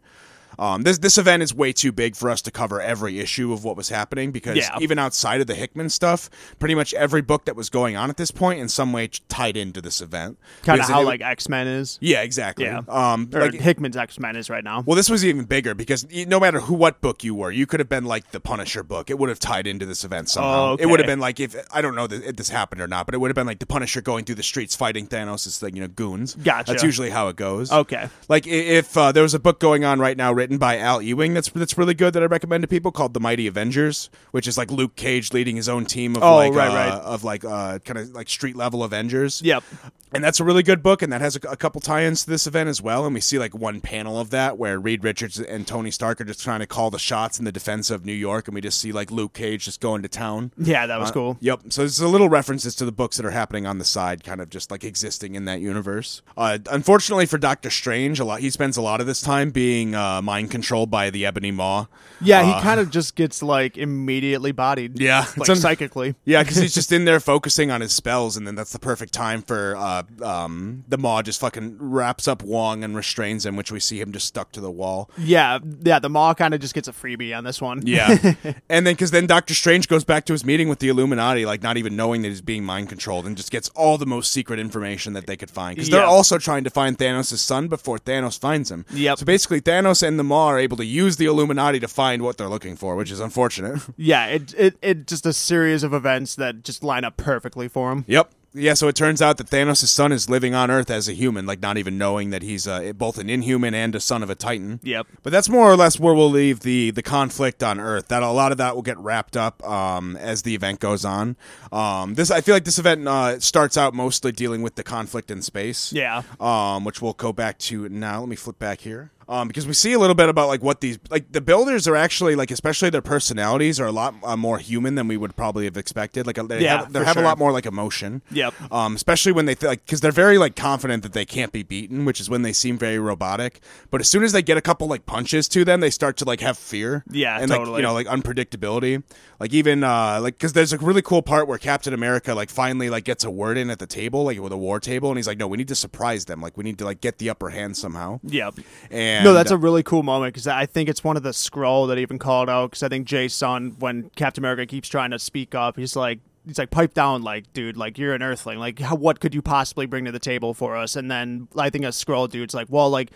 Speaker 1: Um, this this event is way too big for us to cover every issue of what was happening because
Speaker 2: Yeah.
Speaker 1: even outside of the Hickman stuff, pretty much every book that was going on at this point in some way tied into this event.
Speaker 2: Kind of
Speaker 1: Because
Speaker 2: how
Speaker 1: it-
Speaker 2: like X Men is,
Speaker 1: yeah exactly
Speaker 2: Yeah.
Speaker 1: um
Speaker 2: or
Speaker 1: like-
Speaker 2: Hickman's X Men is right now.
Speaker 1: well, this was even bigger because y- no matter who, what book you were, you could have been like the Punisher book. It would have tied into this event somehow.
Speaker 2: Oh, okay.
Speaker 1: It would have been like if I don't know th- if this happened or not, but it would have been like the Punisher going through the streets fighting Thanos. It's like you know goons.
Speaker 2: Gotcha.
Speaker 1: That's usually how it goes.
Speaker 2: Okay.
Speaker 1: Like i- if uh, there was a book going on right now written by Al Ewing that's that's really good that I recommend to people called The Mighty Avengers, which is like Luke Cage leading his own team of
Speaker 2: Oh,
Speaker 1: like
Speaker 2: right,
Speaker 1: uh,
Speaker 2: right.
Speaker 1: of like uh, kind of like street level Avengers.
Speaker 2: Yep.
Speaker 1: And that's a really good book, and that has a, a couple tie-ins to this event as well. And we see like one panel of that where Reed Richards and Tony Stark are just trying to call the shots in the defense of New York, and we just see like Luke Cage just going to town.
Speaker 2: Yeah, that was
Speaker 1: Uh,
Speaker 2: cool.
Speaker 1: Yep. So there's a little references to the books that are happening on the side, kind of just like existing in that universe. Uh, unfortunately for Doctor Strange, a lot he spends a lot of this time being uh, mind controlled by the Ebony Maw.
Speaker 2: Yeah,
Speaker 1: Uh,
Speaker 2: he kind of just gets like immediately bodied.
Speaker 1: Yeah,
Speaker 2: like
Speaker 1: it's un-
Speaker 2: psychically.
Speaker 1: Yeah, because he's just in there focusing on his spells, and then that's the perfect time for uh, um, the Maw just fucking wraps up Wong and restrains him, which we see him just stuck to the wall.
Speaker 2: Yeah, yeah. The Maw kind of just gets a freebie on this one.
Speaker 1: Yeah, *laughs* and then because then Doctor Strange goes back to his meeting with the Illuminati, like not even knowing that he's being mind controlled, and just gets all the most secret information that they could find. Because they're
Speaker 2: Yeah.
Speaker 1: also trying to find Thanos' son before Thanos finds him.
Speaker 2: Yep.
Speaker 1: So basically, Thanos and the Maw are able to use the Illuminati to find what they're looking for, which is unfortunate.
Speaker 2: yeah. It it it just a series of events that just line up perfectly for him.
Speaker 1: Yep. Yeah, so it turns out that Thanos' son is living on Earth as a human, like not even knowing that he's uh, both an inhuman and a son of a Titan.
Speaker 2: Yep.
Speaker 1: But that's more or less where we'll leave the the conflict on Earth. That a lot of that will get wrapped up um, as the event goes on. Um, this I feel like this event uh, starts out mostly dealing with the conflict in space
Speaker 2: Yeah.
Speaker 1: um, which we'll go back to now. Let me flip back here. Um, because we see a little bit about like what these like the builders are actually like, especially their personalities are a lot uh, more human than we would probably have expected. Like uh, they
Speaker 2: Yeah,
Speaker 1: have, they
Speaker 2: for
Speaker 1: have a
Speaker 2: sure.
Speaker 1: lot more like emotion.
Speaker 2: Yep.
Speaker 1: Um, especially when they th- like because they're very like confident that they can't be beaten, which is when they seem very robotic. But as soon as they get a couple like punches to them, they start to like have fear.
Speaker 2: Yeah,
Speaker 1: and like
Speaker 2: totally.
Speaker 1: you know like unpredictability. Like even uh like because there's a really cool part where Captain America like finally like gets a word in at the table like with a war table, and he's like, no, we need to surprise them. Like we need to like get the upper hand somehow.
Speaker 2: Yep.
Speaker 1: And uh,
Speaker 2: No, that's a really cool moment because I think it's one of the scroll that even called out because I think Jason, when Captain America keeps trying to speak up, he's like, he's like, pipe down, like, dude, like you're an Earthling, like, how, what could you possibly bring to the table for us? And then I think a scroll dude's like, well, like.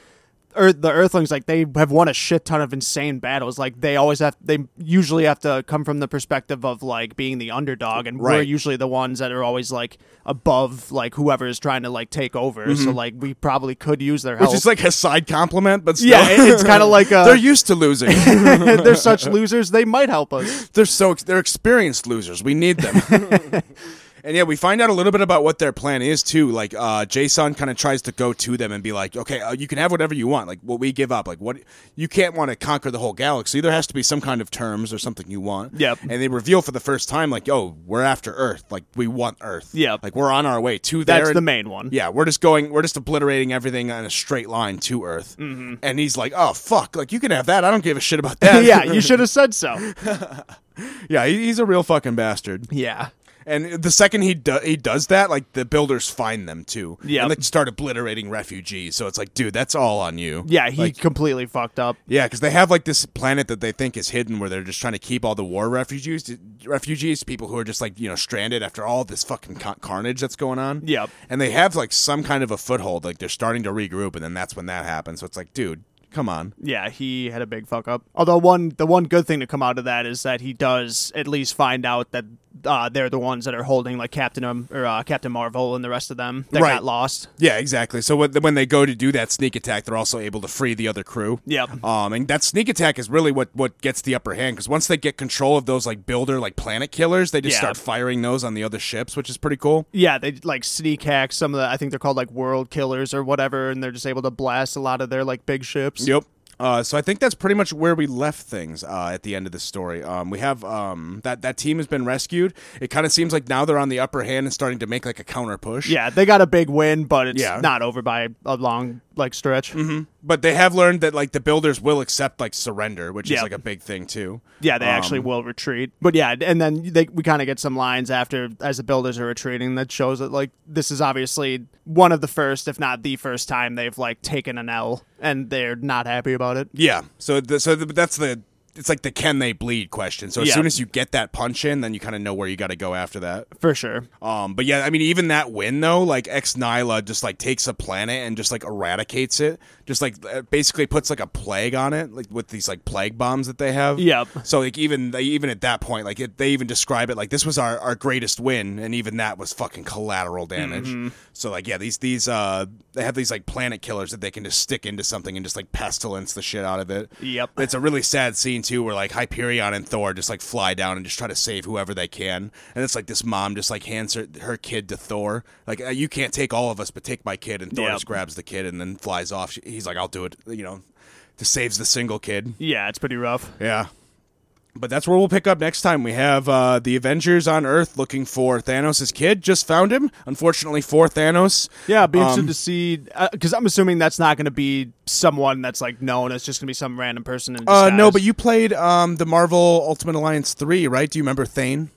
Speaker 2: Earth, the Earthlings, like they have won a shit ton of insane battles. Like they always have, they usually have to come from the perspective of like being the underdog, and we're
Speaker 1: Right.
Speaker 2: usually the ones that are always like above, like whoever is trying to like take over. So like we probably could use their help.
Speaker 1: Mm-hmm. which is like a side compliment, but still.
Speaker 2: Yeah, it- it's
Speaker 1: *laughs*
Speaker 2: kinda like, uh,
Speaker 1: they're used to losing.
Speaker 2: they're *laughs* such losers. They might help us.
Speaker 1: they're so ex- they're experienced losers. We need them.
Speaker 2: *laughs*
Speaker 1: and yeah, we find out a little bit about what their plan is too. Like uh, Jason kind of tries to go to them and be like, "Okay, uh, you can have whatever you want. Like what we give up. Like what you can't want to conquer the whole galaxy. There has to be some kind of terms or something you want."
Speaker 2: Yep.
Speaker 1: And they reveal for the first time, like, "Oh, we're after Earth. Like we want Earth.
Speaker 2: Yep.
Speaker 1: Like we're on our way to there."
Speaker 2: That's
Speaker 1: and-
Speaker 2: the main one.
Speaker 1: Yeah, we're just going, we're just obliterating everything on a straight line to Earth.
Speaker 2: Mm-hmm.
Speaker 1: And he's like, oh, fuck, like, you can have that. I don't give a shit about that. *laughs*
Speaker 2: *laughs* *laughs* yeah, you should have said so.
Speaker 1: yeah, he- he's a real fucking bastard.
Speaker 2: *laughs* Yeah.
Speaker 1: And the second he do- he does that, like the builders find them too,
Speaker 2: Yep.
Speaker 1: and they start obliterating refugees. So it's like, dude, that's all on you.
Speaker 2: Yeah, he
Speaker 1: Like,
Speaker 2: completely fucked up.
Speaker 1: yeah, because they have like this planet that they think is hidden, where they're just trying to keep all the war refugees, refugees, people who are just like you know stranded after all this fucking ca- carnage that's going on.
Speaker 2: Yep.
Speaker 1: and they have like some kind of a foothold. Like they're starting to regroup, and then that's when that happens. So it's like, dude, Come on.
Speaker 2: Yeah, he had a big fuck up. Although one, the one good thing to come out of that is that he does at least find out that uh, they're the ones that are holding like Captain um, or uh, Captain Marvel and the rest of them that
Speaker 1: Right.
Speaker 2: got lost.
Speaker 1: Yeah, exactly. So when when they go to do that sneak attack, they're also able to free the other crew.
Speaker 2: Yep.
Speaker 1: Um, and that sneak attack is really what what gets the upper hand because once they get control of those like builder like planet killers, they just
Speaker 2: Yeah.
Speaker 1: start firing those on the other ships, which is pretty cool.
Speaker 2: Yeah, they like sneak hack some of the. I think they're called like world killers or whatever, and they're just able to blast a lot of their like big ships.
Speaker 1: Yep. Uh, so I think that's pretty much where we left things uh, at the end of the story. Um, we have um, that that team has been rescued. It kind of seems like now they're on the upper hand and starting to make like a counter push.
Speaker 2: Yeah, they got a big win, but it's
Speaker 1: Yeah.
Speaker 2: not over by a long like stretch.
Speaker 1: But they have learned that like the builders will accept like surrender, which is
Speaker 2: Yeah.
Speaker 1: like a big thing too.
Speaker 2: Yeah, they actually will retreat. But yeah, and then they, we kind of get some lines after as the builders are retreating that shows that like this is obviously one of the first, if not the first time they've like taken an L and they're not happy about it.
Speaker 1: Yeah. So the, so the, that's the it's like the can they bleed question. So as
Speaker 2: Yeah.
Speaker 1: soon as you get that punch in, then you kind of know where you got to go after that.
Speaker 2: For sure.
Speaker 1: Um, but yeah, I mean, even that win though, like ex Nyla just like takes a planet and just like eradicates it, just like uh, basically puts like a plague on it, like with these like plague bombs that they have.
Speaker 2: Yep.
Speaker 1: So like even they even at that point, like it, they even describe it like this was our our greatest win, and even that was fucking collateral damage.
Speaker 2: Mm-hmm.
Speaker 1: So like yeah, these these uh they have these like planet killers that they can just stick into something and just like pestilence the shit out of it.
Speaker 2: Yep.
Speaker 1: It's a really sad scene too, where like Hyperion and Thor just like fly down and just try to save whoever they can, and it's like this mom just like hands her, her kid to Thor, like "Uh, you can't take all of us, but take my kid, and Thor
Speaker 2: Yep.
Speaker 1: just grabs the kid and then flies off. She- He's like, I'll do it, you know, to saves the single kid.
Speaker 2: Yeah, it's pretty rough.
Speaker 1: Yeah. But that's where we'll pick up next time. We have uh, the Avengers on Earth looking for Thanos' kid. Just found him. Unfortunately for Thanos.
Speaker 2: Yeah, it'd be interested
Speaker 1: Um,
Speaker 2: to see because I'm assuming that's not going to be someone that's like known. It's just going to be some random person. In
Speaker 1: Uh, no,
Speaker 2: disguise.
Speaker 1: but you played um, the Marvel Ultimate Alliance 3, right? Do you remember Thane?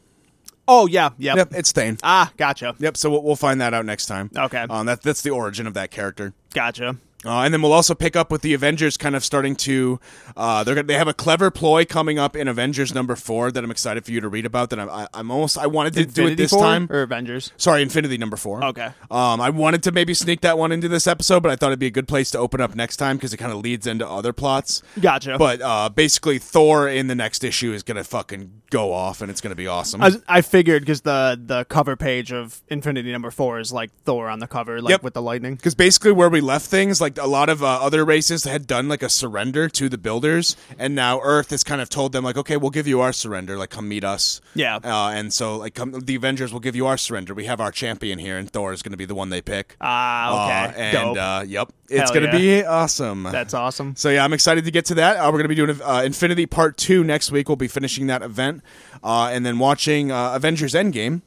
Speaker 2: oh yeah, yeah.
Speaker 1: Yep, it's Thane.
Speaker 2: Ah, gotcha,
Speaker 1: Yep, so we'll, we'll find that out next time.
Speaker 2: Okay.
Speaker 1: Um, that, that's the origin of that character.
Speaker 2: gotcha.
Speaker 1: Uh, and then we'll also pick up with the Avengers kind of starting to. Uh, they're gonna, they have a clever ploy coming up in Avengers number four that I'm excited for you to read about. That I'm, I, I'm almost I wanted to do it
Speaker 2: Infinity
Speaker 1: this
Speaker 2: War
Speaker 1: time.
Speaker 2: or Avengers.
Speaker 1: Sorry, Infinity number four.
Speaker 2: Okay.
Speaker 1: Um, I wanted to maybe sneak that one into this episode, but I thought it'd be a good place to open up next time because it kind of leads into other plots.
Speaker 2: Gotcha.
Speaker 1: But uh, basically, Thor in the next issue is gonna fucking go off, and it's gonna be awesome.
Speaker 2: I, was- I figured because the the cover page of Infinity Number Four is like Thor on the cover, like
Speaker 1: Yep.
Speaker 2: with the lightning.
Speaker 1: Because basically, where we left things, like a lot of uh, other races had done like a surrender to the builders, and now Earth has kind of told them like, okay, we'll give you our surrender, like come meet us.
Speaker 2: Yeah.
Speaker 1: Uh, and so like come, the Avengers will give you our surrender. We have our champion here, and Thor is going to be the one they pick.
Speaker 2: Ah,
Speaker 1: Uh,
Speaker 2: okay,
Speaker 1: and
Speaker 2: dope.
Speaker 1: Uh, yep, it's
Speaker 2: Hell
Speaker 1: going
Speaker 2: yeah.
Speaker 1: to be awesome.
Speaker 2: That's awesome.
Speaker 1: So yeah, I'm excited to get to that. Uh, we're going to be doing uh, Infinity Part Two next week. We'll be finishing that event, uh, and then watching uh, Avengers Endgame.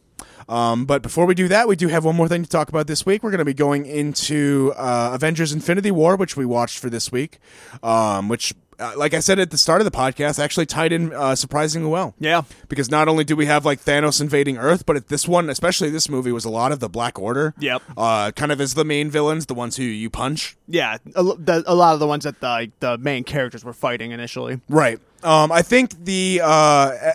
Speaker 1: Um, but before we do that, we do have one more thing to talk about this week. We're going to be going into uh, Avengers Infinity War, which we watched for this week, um, which, uh, like I said at the start of the podcast, actually tied in uh, surprisingly well.
Speaker 2: Yeah.
Speaker 1: Because not only do we have like Thanos invading Earth, but at this one, especially this movie, was a lot of the Black Order.
Speaker 2: Yep.
Speaker 1: Uh, kind of as the main villains, the ones who you punch.
Speaker 2: Yeah, a, lo- the, a lot of the ones that the like, the main characters were fighting initially.
Speaker 1: Right. Um, I think the uh,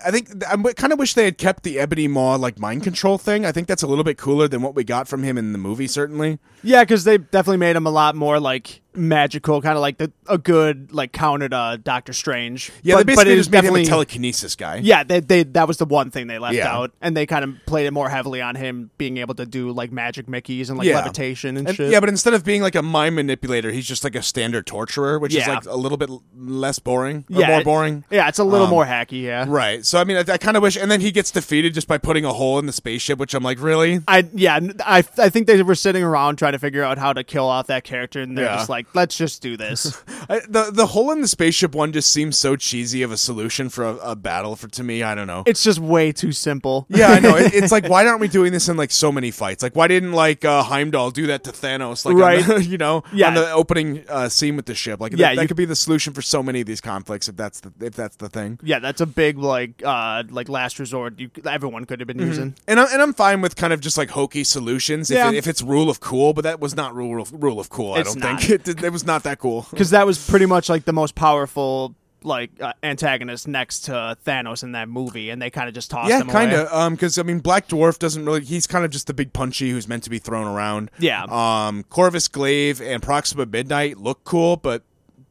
Speaker 1: I think I kind of wish they had kept the Ebony Maw like mind control thing. I think that's a little bit cooler than what we got from him in the movie. Certainly,
Speaker 2: Yeah, because they definitely made him a lot more like magical, kind of like the, a good like counter to Doctor Strange.
Speaker 1: yeah.
Speaker 2: but,
Speaker 1: they
Speaker 2: but
Speaker 1: basically
Speaker 2: it
Speaker 1: just
Speaker 2: is
Speaker 1: made him
Speaker 2: definitely
Speaker 1: a telekinesis guy.
Speaker 2: yeah, they, they that was the one thing they left
Speaker 1: Yeah.
Speaker 2: out, and they kind of played it more heavily on him being able to do like magic Mickey's and like
Speaker 1: Yeah.
Speaker 2: levitation and,
Speaker 1: And-
Speaker 2: shit.
Speaker 1: yeah, but instead of being like a mind manipulator, he's just like a standard torturer, which is
Speaker 2: Yeah.
Speaker 1: like a little bit l- less boring, or
Speaker 2: yeah,
Speaker 1: more
Speaker 2: it-
Speaker 1: boring. Um,
Speaker 2: Yeah, it's a little more hacky. Yeah,
Speaker 1: Right. So I mean, I, I kind of wish. And then he gets defeated just by putting a hole in the spaceship, which I'm like, really?
Speaker 2: I yeah, n- I I think they were sitting around trying to figure out how to kill off that character, and they're
Speaker 1: Yeah.
Speaker 2: just like, let's just
Speaker 1: *laughs*
Speaker 2: do this.
Speaker 1: I, the the hole in the spaceship one just seems so cheesy of a solution for a, a battle for to me. I don't know.
Speaker 2: it's just way too simple.
Speaker 1: Yeah, I know. It, it's like, why aren't we doing this in like so many fights? Like, why didn't like uh, Heimdall do that to Thanos? Like, on
Speaker 2: Right.
Speaker 1: the- *laughs* you know,
Speaker 2: Yeah.
Speaker 1: on the opening uh, scene with the ship. Like,
Speaker 2: Yeah,
Speaker 1: that, that
Speaker 2: you-
Speaker 1: could be the solution for so many of these conflicts if that's the if that's the thing.
Speaker 2: *laughs* Yeah, that's a big like uh like last resort. You everyone could have
Speaker 1: Mm-hmm.
Speaker 2: been using.
Speaker 1: And I'm and I'm fine with kind of just like hokey solutions if,
Speaker 2: Yeah.
Speaker 1: it, if it's rule of cool, but that was not rule of, rule of cool. I
Speaker 2: It's
Speaker 1: don't
Speaker 2: not.
Speaker 1: think *laughs* it, did- it was not that cool.
Speaker 2: because that was pretty much like the most powerful like uh, antagonist next to Thanos in that movie, and they kind of just tossed
Speaker 1: Yeah,
Speaker 2: him
Speaker 1: kind
Speaker 2: away.
Speaker 1: of. Um, because I mean, Black Dwarf doesn't really. He's kind of just the big punchy who's meant to be thrown around.
Speaker 2: Yeah.
Speaker 1: Um, Corvus Glaive and Proxima Midnight look cool, but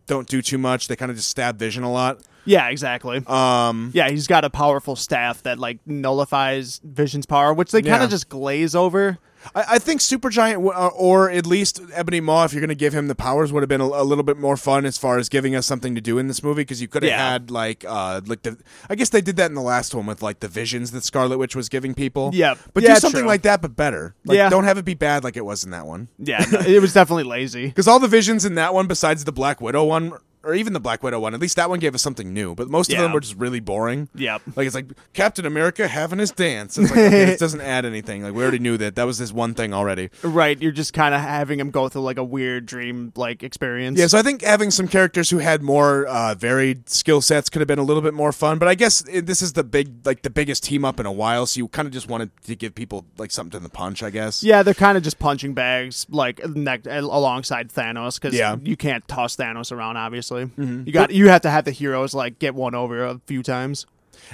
Speaker 1: don't do too much. They kind of just stab Vision a lot.
Speaker 2: Yeah, exactly.
Speaker 1: Um,
Speaker 2: yeah, he's got a powerful staff that like nullifies Vision's power, which they kind
Speaker 1: Yeah.
Speaker 2: of just glaze over.
Speaker 1: I, I think Supergiant, w- uh, or at least Ebony Maw, if you're going to give him the powers, would have been a, a little bit more fun as far as giving us something to do in this movie because you could have
Speaker 2: Yeah.
Speaker 1: had like, uh, like the. I guess they did that in the last one with like the visions that Scarlet Witch was giving people.
Speaker 2: Yep.
Speaker 1: but
Speaker 2: Yeah,
Speaker 1: do something
Speaker 2: true.
Speaker 1: like that, but better. Like,
Speaker 2: Yeah.
Speaker 1: don't have it be bad like it was in that one.
Speaker 2: *laughs* Yeah, no, it was definitely lazy.
Speaker 1: Because all the visions in that one, besides the Black Widow one, or even the Black Widow one, at least that one gave us something new. But most of
Speaker 2: Yeah.
Speaker 1: them were just really boring.
Speaker 2: Yep.
Speaker 1: Like it's like Captain America having his dance. It's like okay, this doesn't add anything. Like we already knew that. That was his one thing already.
Speaker 2: Right, you're just kind of having him go through like a weird dream like experience.
Speaker 1: Yeah, so I think having some characters who had more uh, varied skill sets could have been a little bit more fun. But I guess it, this is the big, like the biggest team up in a while. So you kind of just wanted to give people like something to punch, I guess.
Speaker 2: Yeah, they're kind of just punching bags, like neck, alongside Thanos, because
Speaker 1: Yeah.
Speaker 2: you can't toss Thanos around. Obviously, you got you have to have the heroes like get one over a few times.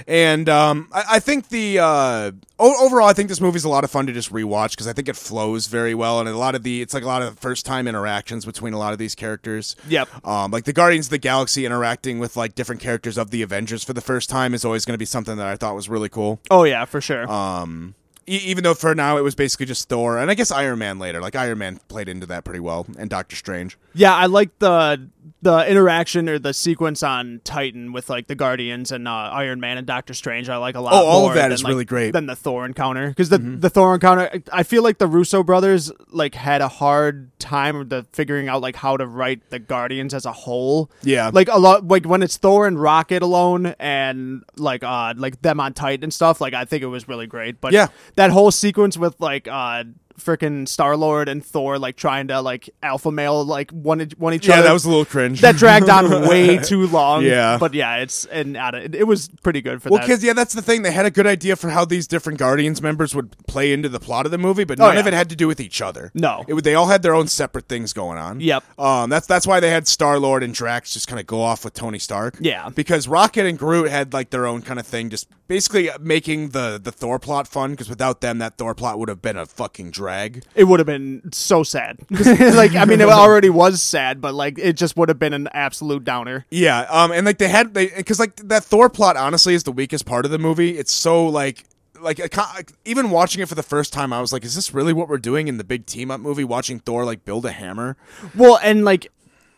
Speaker 1: And um, I, I think the uh, o- overall, I think this movie's a lot of fun to just rewatch because I think it flows very well, and a lot of the it's like a lot of first time interactions between a lot of these characters.
Speaker 2: Yep.
Speaker 1: Um, like the Guardians of the Galaxy interacting with like different characters of the Avengers for the first time is always going to be something that I thought was really cool.
Speaker 2: Oh yeah, for sure.
Speaker 1: Um, e- even though for now it was basically just Thor, and I guess Iron Man later. Like Iron Man played into that pretty well, and Doctor Strange.
Speaker 2: yeah, I like the the interaction or the sequence on Titan with like the Guardians and uh, Iron Man and Doctor Strange. I like a lot.
Speaker 1: Oh, all of
Speaker 2: more
Speaker 1: that
Speaker 2: than,
Speaker 1: is
Speaker 2: like,
Speaker 1: really great. Mm-hmm.
Speaker 2: than the Thor encounter because the the Thor encounter. I- I feel like the Russo brothers like had a hard time of the figuring out like how to write the Guardians as a whole.
Speaker 1: Yeah.
Speaker 2: like a lot like when it's Thor and Rocket alone and like uh like them on Titan and stuff, like I think it was really great. But
Speaker 1: Yeah.
Speaker 2: that whole sequence with like uh freaking Star Lord and Thor like trying to like alpha male like one each- one each
Speaker 1: Yeah,
Speaker 2: other.
Speaker 1: that was a little cringe.
Speaker 2: that
Speaker 1: *laughs*
Speaker 2: dragged on way too long.
Speaker 1: Yeah.
Speaker 2: but yeah, it's and I don't- it, it was pretty good for
Speaker 1: Well,
Speaker 2: that.
Speaker 1: because yeah, that's the thing. They had a good idea for how these different Guardians members would play into the plot of the movie, but
Speaker 2: Oh,
Speaker 1: none of
Speaker 2: yeah.
Speaker 1: it had to do with each other.
Speaker 2: No.
Speaker 1: it, would- they all had their own separate things going on.
Speaker 2: Yep.
Speaker 1: Um, that's that's why they had Star Lord and Drax just kind of go off with Tony Stark.
Speaker 2: Yeah.
Speaker 1: because Rocket and Groot had like their own kind of thing, just basically uh, making the the Thor plot fun. Because without them, that Thor plot would have been a fucking drag.
Speaker 2: It would have been so sad. *laughs* like I mean, it already was sad, but like it just would have been an absolute downer.
Speaker 1: Yeah, um, and like they had they because like that Thor plot honestly is the weakest part of the movie. It's so like like I ca- even watching it for the first time, I was like, is this really what we're doing in the big team up movie? Watching Thor like build a hammer.
Speaker 2: Well, and like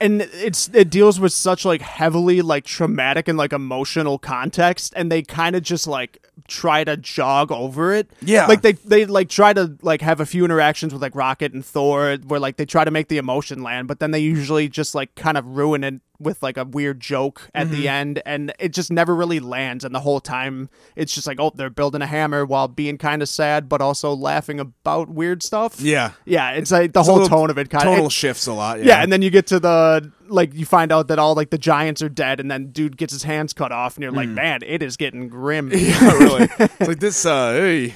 Speaker 2: and it's it deals with such like heavily like traumatic and like emotional context and they kind of just like try to jog over it.
Speaker 1: Yeah.
Speaker 2: Like they they like try to like have a few interactions with like Rocket and Thor where like they try to make the emotion land, but then they usually just like kind of ruin it with like a weird joke at
Speaker 1: Mm-hmm.
Speaker 2: the end and it just never really lands and the whole time it's just like oh they're building a hammer while being kind of sad but also laughing about weird stuff.
Speaker 1: Yeah.
Speaker 2: Yeah, it's like the whole
Speaker 1: little
Speaker 2: tone of it kind
Speaker 1: Total
Speaker 2: of
Speaker 1: shifts a lot.
Speaker 2: yeah,
Speaker 1: *laughs*
Speaker 2: and then you get to the like you find out that all like the giants are dead, and then dude gets his hands cut off, and you're like, man, it is getting *laughs* grim,
Speaker 1: yeah, really. It's like this. Uh, hey,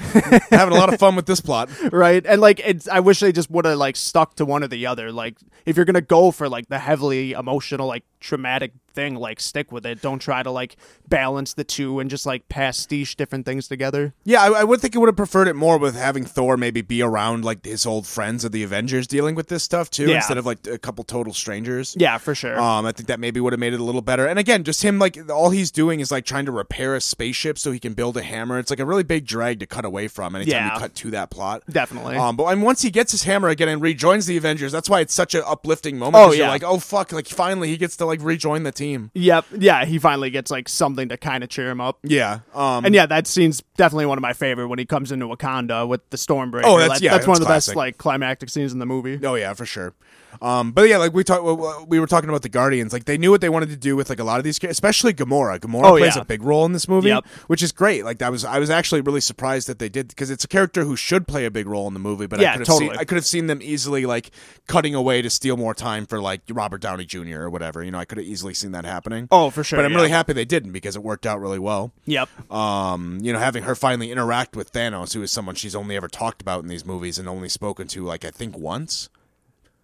Speaker 1: having a lot of fun with this plot.
Speaker 2: right? And like, it's I wish they just would have like stuck to one or the other. Like, if you're gonna go for like the heavily emotional, like traumatic thing, like stick with it. Don't try to like balance the two and just like pastiche different things together.
Speaker 1: *laughs* Yeah, I, I would think it would have preferred it more with having Thor maybe be around like his old friends of the Avengers dealing with this stuff too,
Speaker 2: Yeah.
Speaker 1: instead of like a couple total strangers.
Speaker 2: Yeah, for sure.
Speaker 1: Um, I think that maybe would have made it a little better. And again, just him like all he's doing is like trying to repair a spaceship so he can build a hammer. It's like a really big drag to cut away from anytime
Speaker 2: Yeah.
Speaker 1: you cut to that plot.
Speaker 2: Definitely.
Speaker 1: Um, but I mean, once he gets his hammer again and rejoins the Avengers, that's why it's such an uplifting moment.
Speaker 2: Oh,
Speaker 1: 'cause you're
Speaker 2: yeah.
Speaker 1: like, oh fuck, like finally he gets to like rejoin the team.
Speaker 2: yep. Yeah, he finally gets like something to kind of cheer him up.
Speaker 1: Yeah. Um,
Speaker 2: And yeah, that scene's definitely one of my favorite when he comes into Wakanda with the Stormbreaker.
Speaker 1: Oh, that's-
Speaker 2: That-
Speaker 1: yeah,
Speaker 2: that's one
Speaker 1: that's
Speaker 2: of the
Speaker 1: classic.
Speaker 2: best like climactic scenes in the movie.
Speaker 1: Oh yeah, for sure. Um, but yeah, like we talked, we were talking about the Guardians. Like they knew what they wanted to do with like a lot of these, char- especially Gamora. Gamora
Speaker 2: Oh,
Speaker 1: plays
Speaker 2: yeah.
Speaker 1: a big role in this movie,
Speaker 2: Yep.
Speaker 1: which is great. Like that was, I was actually really surprised that they did because it's a character who should play a big role in the movie. But I
Speaker 2: Yeah,
Speaker 1: could have
Speaker 2: totally.
Speaker 1: seen, I could have seen them easily like cutting away to steal more time for like Robert Downey Jr. or whatever. You know, I could have easily seen that happening.
Speaker 2: Oh, for sure.
Speaker 1: but I'm
Speaker 2: yeah.
Speaker 1: really happy they didn't because it worked out really well.
Speaker 2: Yep.
Speaker 1: Um, you know, having her finally interact with Thanos, who is someone she's only ever talked about in these movies and only spoken to like I think once.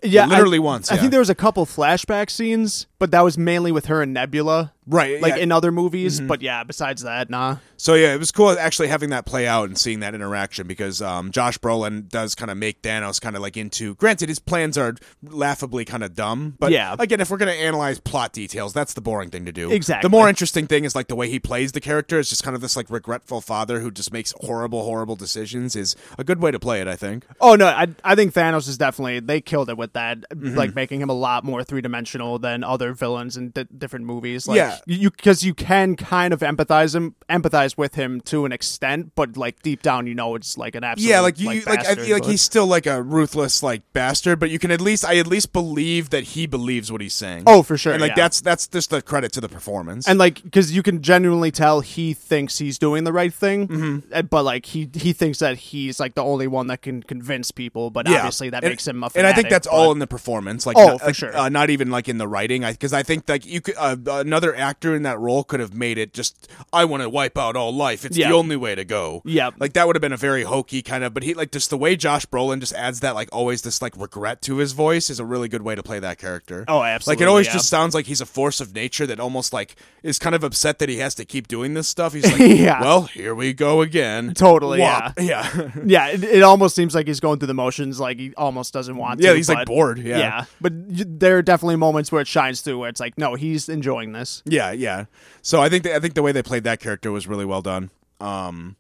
Speaker 2: Yeah,
Speaker 1: literally
Speaker 2: I,
Speaker 1: once,
Speaker 2: I
Speaker 1: yeah.
Speaker 2: think there was a couple flashback scenes, but that was mainly with her and Nebula.
Speaker 1: Right.
Speaker 2: like
Speaker 1: yeah. Mm-hmm.
Speaker 2: in other movies. But yeah, besides that, nah.
Speaker 1: So yeah, it was cool actually having that play out and seeing that interaction because um, Josh Brolin does kind of make Thanos kind of like into. Granted, his plans are laughably kind of dumb, but
Speaker 2: Yeah.
Speaker 1: again, if we're gonna analyze plot details, that's the boring thing to do.
Speaker 2: Exactly.
Speaker 1: The more interesting thing is like the way he plays the character. It's just kind of this like regretful father who just makes horrible, horrible decisions. Is a good way to play it, I think.
Speaker 2: Oh no, I I think Thanos is definitely they killed it with that,
Speaker 1: Mm-hmm.
Speaker 2: like making him a lot more three dimensional than other villains in di- different movies. Like,
Speaker 1: Yeah.
Speaker 2: you because you can kind of empathize him, empathize with him to an extent, but like deep down, you know it's like an absolute
Speaker 1: yeah, like you, like I-
Speaker 2: bastard,
Speaker 1: like
Speaker 2: but-
Speaker 1: he's still like a ruthless like bastard, but you can at least I at least believe that he believes what he's saying.
Speaker 2: Oh, for sure,
Speaker 1: And like
Speaker 2: yeah.
Speaker 1: that's that's just the credit to the performance.
Speaker 2: and like because you can genuinely tell he thinks he's doing the right thing,
Speaker 1: Mm-hmm.
Speaker 2: uh, but like he he thinks that he's like the only one that can convince people. But obviously that
Speaker 1: And-
Speaker 2: makes him a
Speaker 1: And I think
Speaker 2: fanatic,
Speaker 1: that's
Speaker 2: but-
Speaker 1: all in the performance. Like,
Speaker 2: Oh,
Speaker 1: not,
Speaker 2: for
Speaker 1: like,
Speaker 2: sure.
Speaker 1: uh, not even like in the writing, because I, think like you could uh, another actor in that role could have made it just I want to wipe out all life. It's
Speaker 2: Yeah.
Speaker 1: the only way to go.
Speaker 2: Yep.
Speaker 1: like that would have been a very hokey kind of. But he like just the way Josh Brolin just adds that like always this like regret to his voice is a really good way to play that character.
Speaker 2: Oh,
Speaker 1: Like
Speaker 2: absolutely,
Speaker 1: it always
Speaker 2: yeah.
Speaker 1: just sounds like he's a force of nature that almost like is kind of upset that he has to keep doing this stuff.
Speaker 2: *laughs*
Speaker 1: He's like,
Speaker 2: Yeah.
Speaker 1: well, here we go again.
Speaker 2: Totally,
Speaker 1: Whop. *laughs* yeah.
Speaker 2: Yeah, it, it almost seems like he's going through the motions, like he almost doesn't want to.
Speaker 1: Yeah, he's like
Speaker 2: but-
Speaker 1: bored, yeah.
Speaker 2: but y- there are definitely moments where it shines through, where it's like, no, he's enjoying this.
Speaker 1: Yeah, yeah. So I think the, I think the way they played that character was really well done. Um,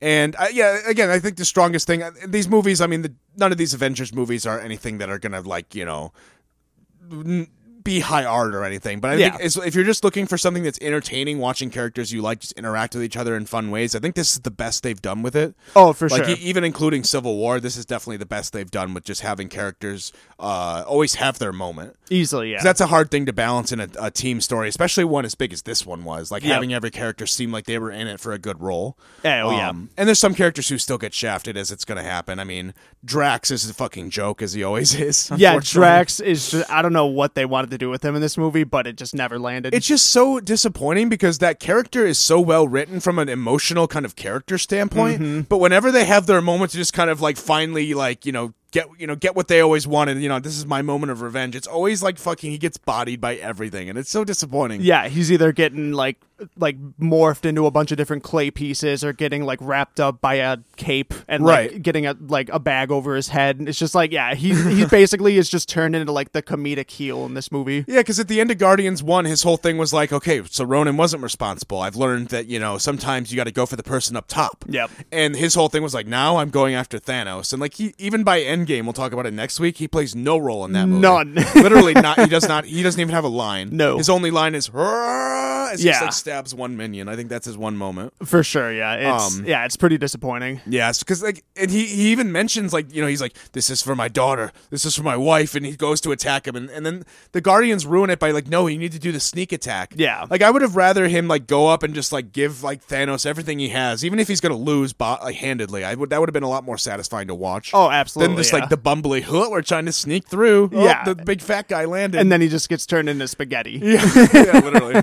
Speaker 1: and uh, yeah, again, I think the strongest thing uh, these movies. I mean, the, none of these Avengers movies are anything that are gonna like you know n- be high art or anything. But I
Speaker 2: Yeah.
Speaker 1: think it's, if you're just looking for something that's entertaining, watching characters you like just interact with each other in fun ways, I think this is the best they've done with it.
Speaker 2: Oh, for
Speaker 1: Like
Speaker 2: sure.
Speaker 1: e- even including Civil War, this is definitely the best they've done with just having characters uh, always have their moment.
Speaker 2: Easily, yeah.
Speaker 1: 'Cause that's a hard thing to balance in a, a team story, especially one as big as this one was. Like
Speaker 2: Yep.
Speaker 1: having every character seem like they were in it for a good role. Um,
Speaker 2: Oh, yeah.
Speaker 1: And there's some characters who still get shafted as it's going to happen. I mean, Drax is a fucking joke as he always *laughs* is.
Speaker 2: yeah,
Speaker 1: unfortunately.
Speaker 2: Drax is just, I don't know what they wanted to do with him in this movie, but it just never landed.
Speaker 1: It's just so disappointing because that character is so well written from an emotional kind of character standpoint.
Speaker 2: Mm-hmm.
Speaker 1: But whenever they have their moment to just kind of like finally like you know get you know get what they always wanted, you know this is my moment of revenge. It's always like fucking he gets bodied by everything, and it's so disappointing.
Speaker 2: yeah, he's either getting like like morphed into a bunch of different clay pieces or getting like wrapped up by a cape and like,
Speaker 1: Right.
Speaker 2: getting a like a bag over his head. And it's just like, yeah, he he basically is just turned into like the comedic heel in this movie.
Speaker 1: Yeah, because at the end of Guardians 1, his whole thing was like, okay, so Ronan wasn't responsible. I've learned that, you know, sometimes you got to go for the person up top.
Speaker 2: Yep.
Speaker 1: And his whole thing was like, now I'm going after Thanos. And, like, he, even by Endgame, we'll talk about it next week, he plays no role in that movie.
Speaker 2: None.
Speaker 1: *laughs*
Speaker 2: *laughs*
Speaker 1: Literally, not. He does not, he doesn't even have a line.
Speaker 2: No.
Speaker 1: His only line is, "Hurrah," as he just,
Speaker 2: Yeah.
Speaker 1: like, stabs one minion. I think that's his one moment.
Speaker 2: For sure, yeah. It's
Speaker 1: Um,
Speaker 2: yeah, it's pretty disappointing.
Speaker 1: Yes, because like, and he, he even mentions like you know he's like this is for my daughter, this is for my wife, and he goes to attack him, and, and then the guardians ruin it by like no, you need to do the sneak attack.
Speaker 2: Yeah.
Speaker 1: like I would have rather him like go up and just like give like Thanos everything he has, even if he's gonna lose bo- like, handedly. I would that would have been a lot more satisfying to watch.
Speaker 2: Oh, absolutely.
Speaker 1: than just
Speaker 2: yeah.
Speaker 1: like the bumbly huh, we're trying to sneak through. Oh,
Speaker 2: Yeah.
Speaker 1: the big fat guy landed,
Speaker 2: and then he just gets turned into spaghetti.
Speaker 1: yeah, *laughs* yeah, literally.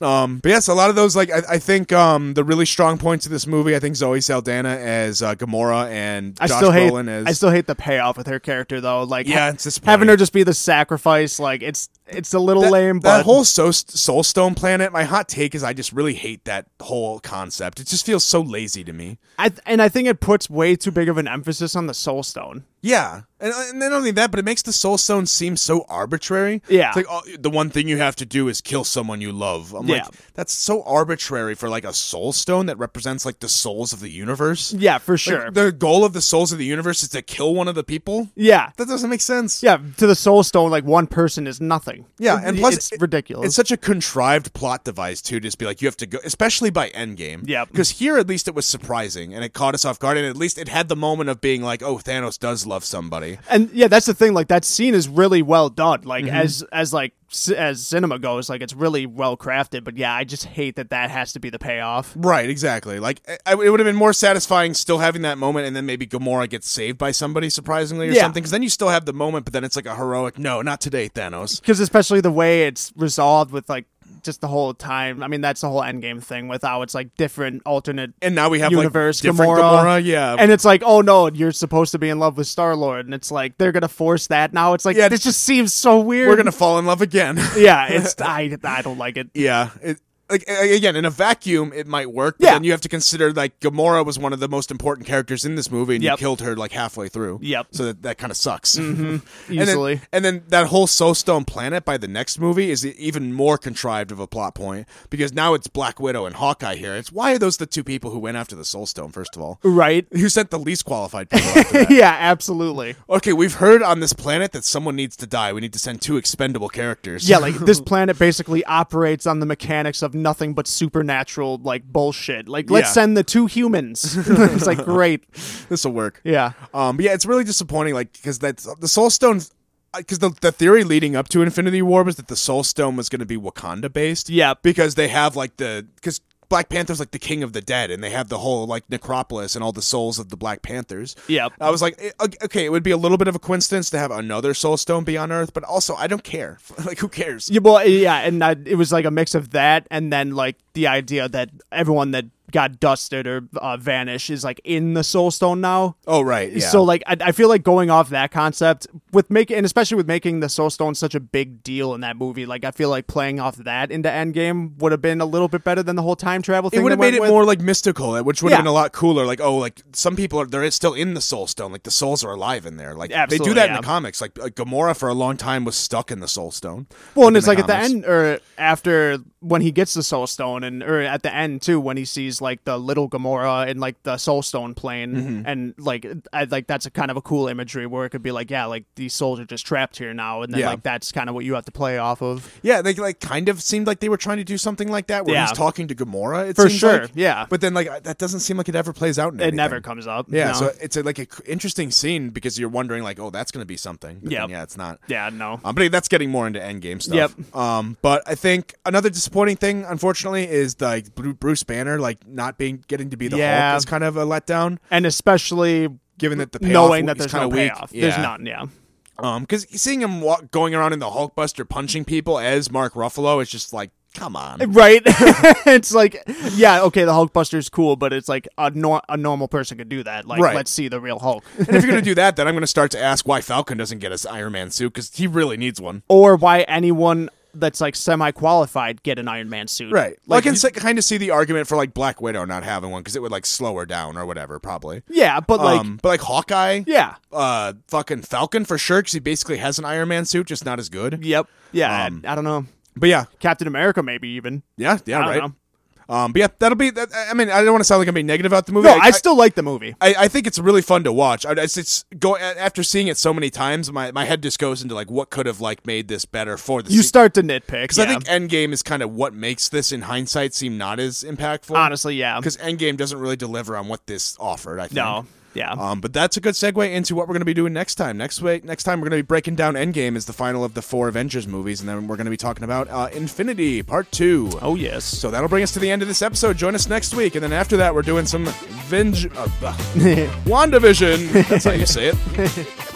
Speaker 1: Um, but yes, a lot of those, like I, I think, um, the really strong points of this movie. I think Zoe Saldana as uh, Gamora and
Speaker 2: I
Speaker 1: Josh
Speaker 2: still hate.
Speaker 1: Brolin as
Speaker 2: I still hate the payoff with her character though. Like,
Speaker 1: Yeah,
Speaker 2: ha-
Speaker 1: it's disappointing.
Speaker 2: having her just be the sacrifice. Like, it's it's a little
Speaker 1: that,
Speaker 2: lame.
Speaker 1: that
Speaker 2: but
Speaker 1: whole so- Soulstone planet. My hot take is I just really hate that whole concept. It just feels so lazy to me.
Speaker 2: I th- and I think it puts way too big of an emphasis on the Soul Stone.
Speaker 1: Yeah, and, uh, and not only that, but it makes the Soul Stone seem so arbitrary.
Speaker 2: Yeah.
Speaker 1: it's like oh, the one thing you have to do is kill someone you love. I'm
Speaker 2: Yeah.
Speaker 1: like, that's so arbitrary for like a Soul Stone that represents like the souls of the universe.
Speaker 2: Yeah, for sure.
Speaker 1: Like, the goal of the souls of the universe is to kill one of the people.
Speaker 2: yeah,
Speaker 1: That doesn't make sense.
Speaker 2: yeah. To the Soul Stone, like one person is nothing.
Speaker 1: Yeah, and plus
Speaker 2: it's
Speaker 1: it-
Speaker 2: ridiculous.
Speaker 1: It's such a contrived plot device too. Just be like you have to go, especially by Endgame.
Speaker 2: Yep.
Speaker 1: Because here, at least, it was surprising and it caught us off guard. And at least it had the moment of being like, "Oh, Thanos does love somebody."
Speaker 2: and yeah that's the thing like that scene is really well done like
Speaker 1: Mm-hmm.
Speaker 2: as as like c- as cinema goes like it's really well crafted but yeah i just hate that that has to be the payoff
Speaker 1: Right. Exactly. Like I, it would have been more satisfying still having that moment, and then maybe Gamora gets saved by somebody surprisingly or
Speaker 2: Yeah.
Speaker 1: something. Because then you still have the moment, but then it's like a heroic, "No, not today, Thanos."
Speaker 2: because especially the way it's resolved with like just the whole time. I mean, that's the whole Endgame thing with how it's like different alternate
Speaker 1: And now we have
Speaker 2: universe
Speaker 1: like different
Speaker 2: Gamora.
Speaker 1: Gamora. Yeah,
Speaker 2: And it's like, oh no, you're supposed to be in love with Star Lord, and it's like they're gonna force that now. It's like
Speaker 1: Yeah.
Speaker 2: this just seems so weird.
Speaker 1: we're gonna fall in love again.
Speaker 2: *laughs*
Speaker 1: *laughs*
Speaker 2: yeah, it's I I don't like it.
Speaker 1: Yeah. It, like a- again, in a vacuum, it might work. But
Speaker 2: Yeah.
Speaker 1: Then you have to consider like Gamora was one of the most important characters in this movie, and you
Speaker 2: Yep.
Speaker 1: killed her like halfway through.
Speaker 2: Yep. Mm-hmm.
Speaker 1: So that, that kind of sucks. *laughs*
Speaker 2: Easily.
Speaker 1: And then, and then that whole Soulstone planet by the next movie is even more contrived of a plot point because now it's Black Widow and Hawkeye here. It's why are those the two people who went after the Soulstone first of all?
Speaker 2: Right?
Speaker 1: Who sent the least qualified people? after that?
Speaker 2: *laughs* yeah, absolutely.
Speaker 1: okay, we've heard on this planet that someone needs to die. We need to send two expendable characters. *laughs*
Speaker 2: Yeah, like this planet basically operates on the mechanics of nothing but supernatural like bullshit. Like let's
Speaker 1: Yeah.
Speaker 2: send the two
Speaker 1: *laughs*
Speaker 2: humans. *laughs* it's like great.
Speaker 1: this will work.
Speaker 2: Yeah.
Speaker 1: Um, but yeah, it's really disappointing, like because that's the Soul Stone, because the the theory leading up to Infinity War was that the Soul Stone was going to be Wakanda based.
Speaker 2: Yeah.
Speaker 1: because they have like the because Black Panther's like the king of the dead, and they have the whole like necropolis and all the souls of the Black Panthers.
Speaker 2: Yep.
Speaker 1: I was like, eh, ok- okay, it would be a little bit of a coincidence to have another Soul Stone be on Earth, but also I don't care. *laughs* like, who cares?
Speaker 2: Yeah, well, yeah, and I, it was like a mix of that and then like the idea that everyone that got dusted or uh, vanished is like in the soul stone now.
Speaker 1: Oh right, yeah.
Speaker 2: So like I, I feel like going off that concept with making and especially with making the Soul Stone such a big deal in that movie, like I feel like playing off that into Endgame would have been a little bit better than the whole time travel thing.
Speaker 1: it would
Speaker 2: they
Speaker 1: have made
Speaker 2: went
Speaker 1: it
Speaker 2: with.
Speaker 1: more like mystical, eh, which would have
Speaker 2: Yeah.
Speaker 1: been a lot cooler. Like, oh, like some people are they're still in the Soul Stone. Like the souls are alive in there. Like they do
Speaker 2: Absolutely,
Speaker 1: that in
Speaker 2: yeah.
Speaker 1: the comics. Like, like Gamora for a long time was stuck in the Soul Stone.
Speaker 2: Well, and
Speaker 1: in
Speaker 2: it's like at the
Speaker 1: comics.
Speaker 2: end or after when he gets the Soul Stone, and or at the end too when he sees like the little Gamora and like the Soul Stone plane,
Speaker 1: Mm-hmm.
Speaker 2: and like I like that's a kind of a cool imagery where it could be like yeah, like these souls are just trapped here now, and then
Speaker 1: Yeah.
Speaker 2: like that's kind of what you have to play off of.
Speaker 1: Yeah, they like kind of seemed like they were trying to do something like that where
Speaker 2: Yeah.
Speaker 1: he's talking to Gamora. It
Speaker 2: For
Speaker 1: seems
Speaker 2: sure,
Speaker 1: like.
Speaker 2: yeah.
Speaker 1: But then like uh, that doesn't seem like it ever plays out. In
Speaker 2: It never comes up.
Speaker 1: Yeah,
Speaker 2: no.
Speaker 1: so it's a, like an interesting scene because you're wondering like, oh, that's going to be something. But then,
Speaker 2: Yep.
Speaker 1: yeah, it's not.
Speaker 2: yeah, no.
Speaker 1: Um, but that's getting more into endgame stuff.
Speaker 2: Yep.
Speaker 1: Um, but I think another disappointing thing, unfortunately, is like Bru- Bruce Banner like not being getting to be the
Speaker 2: Yeah.
Speaker 1: Hulk is kind of a letdown,
Speaker 2: and especially
Speaker 1: given that the payoff
Speaker 2: knowing that
Speaker 1: is
Speaker 2: there's
Speaker 1: kind
Speaker 2: no
Speaker 1: of weak.
Speaker 2: payoff.
Speaker 1: Yeah.
Speaker 2: There's none. Yeah,
Speaker 1: Um, because seeing him walk, going around in the Hulkbuster punching people as Mark Ruffalo is just like, come on.
Speaker 2: right. *laughs* it's like yeah, okay, the Hulkbuster's cool, but it's like a nor- a normal person could do that. Like,
Speaker 1: Right.
Speaker 2: let's see the real Hulk. *laughs*
Speaker 1: and if you're gonna do that, then I'm gonna start to ask why Falcon doesn't get his Iron Man suit because he really needs one.
Speaker 2: or why anyone that's like semi qualified get an Iron Man suit.
Speaker 1: Like,
Speaker 2: Like,
Speaker 1: I can kind of see the argument for like Black Widow not having one because it would like slow her down or whatever, probably.
Speaker 2: yeah, but like
Speaker 1: um, but like Hawkeye,
Speaker 2: yeah.
Speaker 1: uh fucking Falcon for sure because he basically has an Iron Man suit, just not as good.
Speaker 2: Yep. Yeah,
Speaker 1: Um,
Speaker 2: I, I don't know.
Speaker 1: But yeah,
Speaker 2: Captain America maybe even.
Speaker 1: yeah, yeah,
Speaker 2: I don't
Speaker 1: right.
Speaker 2: know.
Speaker 1: Um, but yeah, that'll be. That, I mean, I don't want to sound like I'm being negative about the movie.
Speaker 2: No,
Speaker 1: I,
Speaker 2: I, still like the movie.
Speaker 1: I, I think it's really fun to watch. I, it's, it's go a- after seeing it so many times, my, my head just goes into like what could have like made this better for the
Speaker 2: You
Speaker 1: sequel.
Speaker 2: start to nitpick.
Speaker 1: Because
Speaker 2: yeah.
Speaker 1: I think Endgame is kind of what makes this, in hindsight, seem not as impactful.
Speaker 2: honestly, yeah.
Speaker 1: because Endgame doesn't really deliver on what this offered. I think.
Speaker 2: No. Yeah.
Speaker 1: Um, but that's a good segue into what we're going to be doing next time. Next week, next time we're going to be breaking down Endgame as the final of the four Avengers movies, and then we're going to be talking about uh, Infinity Part Two.
Speaker 2: oh yes.
Speaker 1: So that'll bring us to the end of this episode. Join us next week, and then after *laughs* that, we're doing some Venge, uh, uh, Wandavision. That's how you say it.